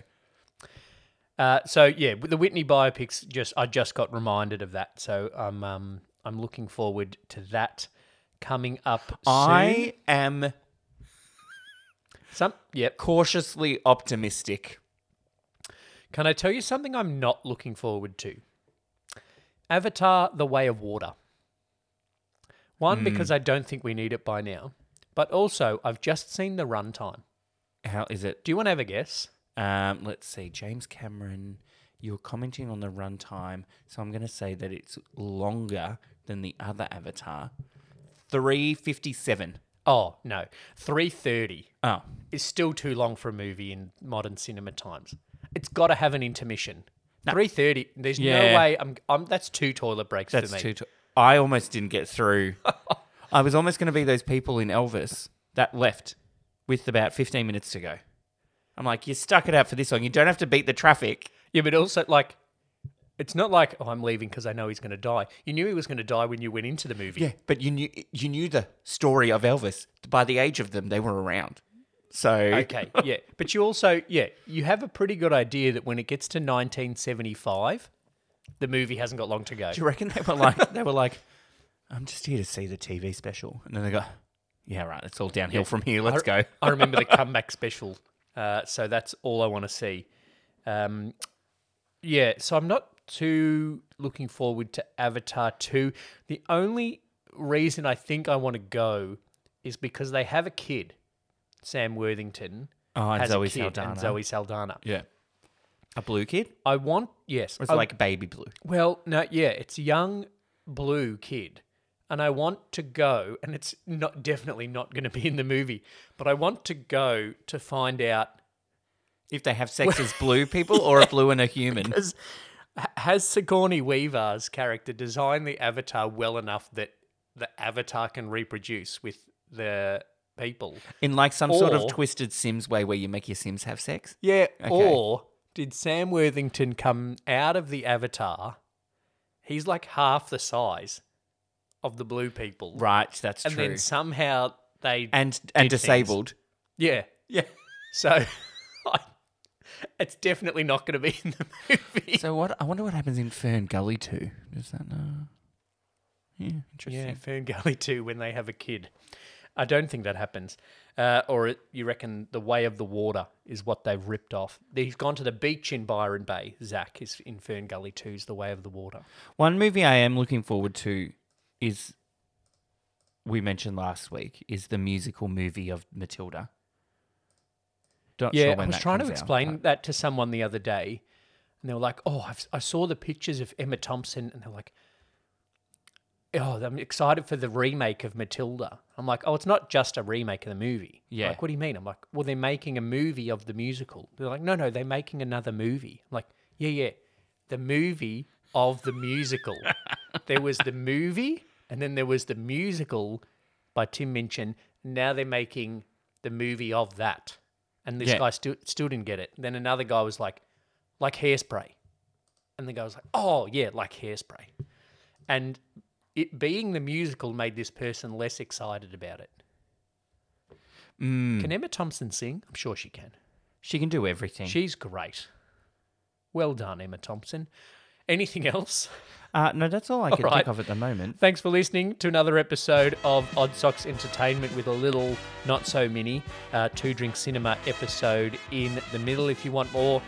Speaker 1: Uh, so yeah, with the Whitney biopics, um, just I just got reminded of that, so I'm um, I'm looking forward to that coming up soon.
Speaker 2: I am
Speaker 1: Some, yep.
Speaker 2: cautiously optimistic.
Speaker 1: Can I tell you something I'm not looking forward to? Avatar The Way of Water. One, because I don't think we need it by now, but also I've just seen the runtime.
Speaker 2: How is it?
Speaker 1: Do you want to have a guess?
Speaker 2: Um, let's see. James Cameron, you're commenting on the runtime, so I'm going to say that it's longer than the other Avatar. 357.
Speaker 1: Oh, no. 3.30
Speaker 2: Oh,
Speaker 1: is still too long for a movie in modern cinema times. It's got to have an intermission. 3.30, there's
Speaker 2: Yeah.
Speaker 1: no way. I'm, I'm, that's two toilet breaks
Speaker 2: that's
Speaker 1: for me.
Speaker 2: too. T- I almost didn't get through. I was almost going to be those people in Elvis that left with about 15 minutes to go. I'm like, you stuck it out for this long. You don't have to beat the traffic.
Speaker 1: Yeah, but also like, it's not like oh, I'm leaving because I know he's going to die. You knew he was going to die when you went into the movie.
Speaker 2: Yeah, but you knew you knew the story of Elvis by the age of them they were around. So
Speaker 1: Okay. Yeah, but you also yeah you have a pretty good idea that when it gets to 1975, the movie hasn't got long to go.
Speaker 2: Do you reckon they were like they were like, I'm just here to see the TV special, and then they go, Yeah, right, it's all downhill from here. Let's go.
Speaker 1: I remember the comeback special, uh, so that's all I want to see. Um, yeah, so I'm not too looking forward to Avatar 2. The only reason I think I want to go is because they have a kid, Sam Worthington.
Speaker 2: Oh, and
Speaker 1: has
Speaker 2: Zoe
Speaker 1: a kid,
Speaker 2: Saldana.
Speaker 1: And Zoe Saldana.
Speaker 2: Yeah, a blue kid.
Speaker 1: I want yes.
Speaker 2: It's
Speaker 1: I-
Speaker 2: like baby blue.
Speaker 1: well, no, yeah, it's a young blue kid, and I want to go, and it's not definitely not going to be in the movie, but I want to go to find out
Speaker 2: If they have sex as blue people or a blue and a human.
Speaker 1: has ha- has Sigourney Weaver's character designed the avatar well enough that the avatar can reproduce with the people.
Speaker 2: In like some sort of
Speaker 1: Or-
Speaker 2: twisted Sims way where you make your Sims have sex.
Speaker 1: Yeah. Or did Sam Worthington come out of the avatar? He's like half the size of the blue people.
Speaker 2: Right, that's
Speaker 1: and
Speaker 2: true.
Speaker 1: then somehow they
Speaker 2: and and
Speaker 1: did things.
Speaker 2: disabled.
Speaker 1: yeah yeah so I, it's definitely not going to be in the movie
Speaker 2: So what? I wonder what happens in Fern Gully too. Does that know? Yeah, interesting.
Speaker 1: yeah Fern Gully 2 when they have a kid I don't think that happens uh, or it, you reckon the way of the water is what they've ripped off he's gone to the beach in Byron Bay Zach is in Fern Gully 2's the way of the water
Speaker 2: One movie I am looking forward to is we mentioned last week is the musical movie of Matilda. Not sure
Speaker 1: yeah I
Speaker 2: when
Speaker 1: was
Speaker 2: that
Speaker 1: trying to
Speaker 2: comes out,
Speaker 1: explain
Speaker 2: but-
Speaker 1: that to someone the other day and they were like oh I've, I saw the pictures of Emma Thompson and they're like oh, I'm excited for the remake of Matilda. I'm like, oh, it's not just a remake of the movie.
Speaker 2: Yeah.
Speaker 1: Like, what do you mean? I'm like, well, they're making a movie of the musical. They're like, no, no, they're making another movie. I'm like, yeah, yeah, the movie of the musical. there was the movie, and then there was the musical by Tim Minchin. Now they're making the movie of that, and this
Speaker 2: Yeah.
Speaker 1: guy still still didn't get it. Then another guy was like, like hairspray, and the guy was like, oh yeah, like hairspray and it being the musical made this person less excited about it. Can Emma Thompson sing? I'm sure she can.
Speaker 2: she can do everything.
Speaker 1: She's great. Well done, Emma Thompson. Anything else?
Speaker 2: uh, no, that's all I can
Speaker 1: right.
Speaker 2: think of at the moment.
Speaker 1: Thanks for listening to another episode of Odd Socks Entertainment with a little, not so mini, uh, Two Drink Cinema episode in the middle. If you want more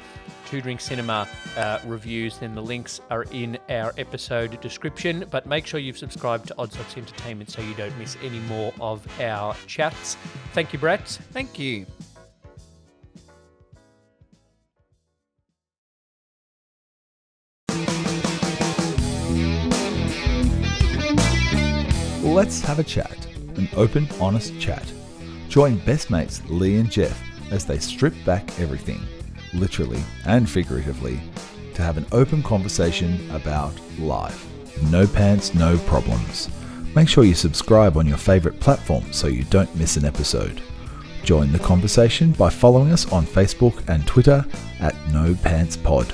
Speaker 1: Two Drink Cinema uh, reviews, then the links are in our episode description. But make sure you've subscribed to Odd Socks Entertainment so you don't miss any more of our chats. Thank you, Brett.
Speaker 2: Thank you.
Speaker 4: Let's have a chat. An open, honest chat. Join best mates Lee and Jeff as they strip back everything, literally and figuratively, to have an open conversation about life. No pants, no problems. Make sure you subscribe on your favourite platform so you don't miss an episode. Join the conversation by following us on Facebook and Twitter at No Pants Pod.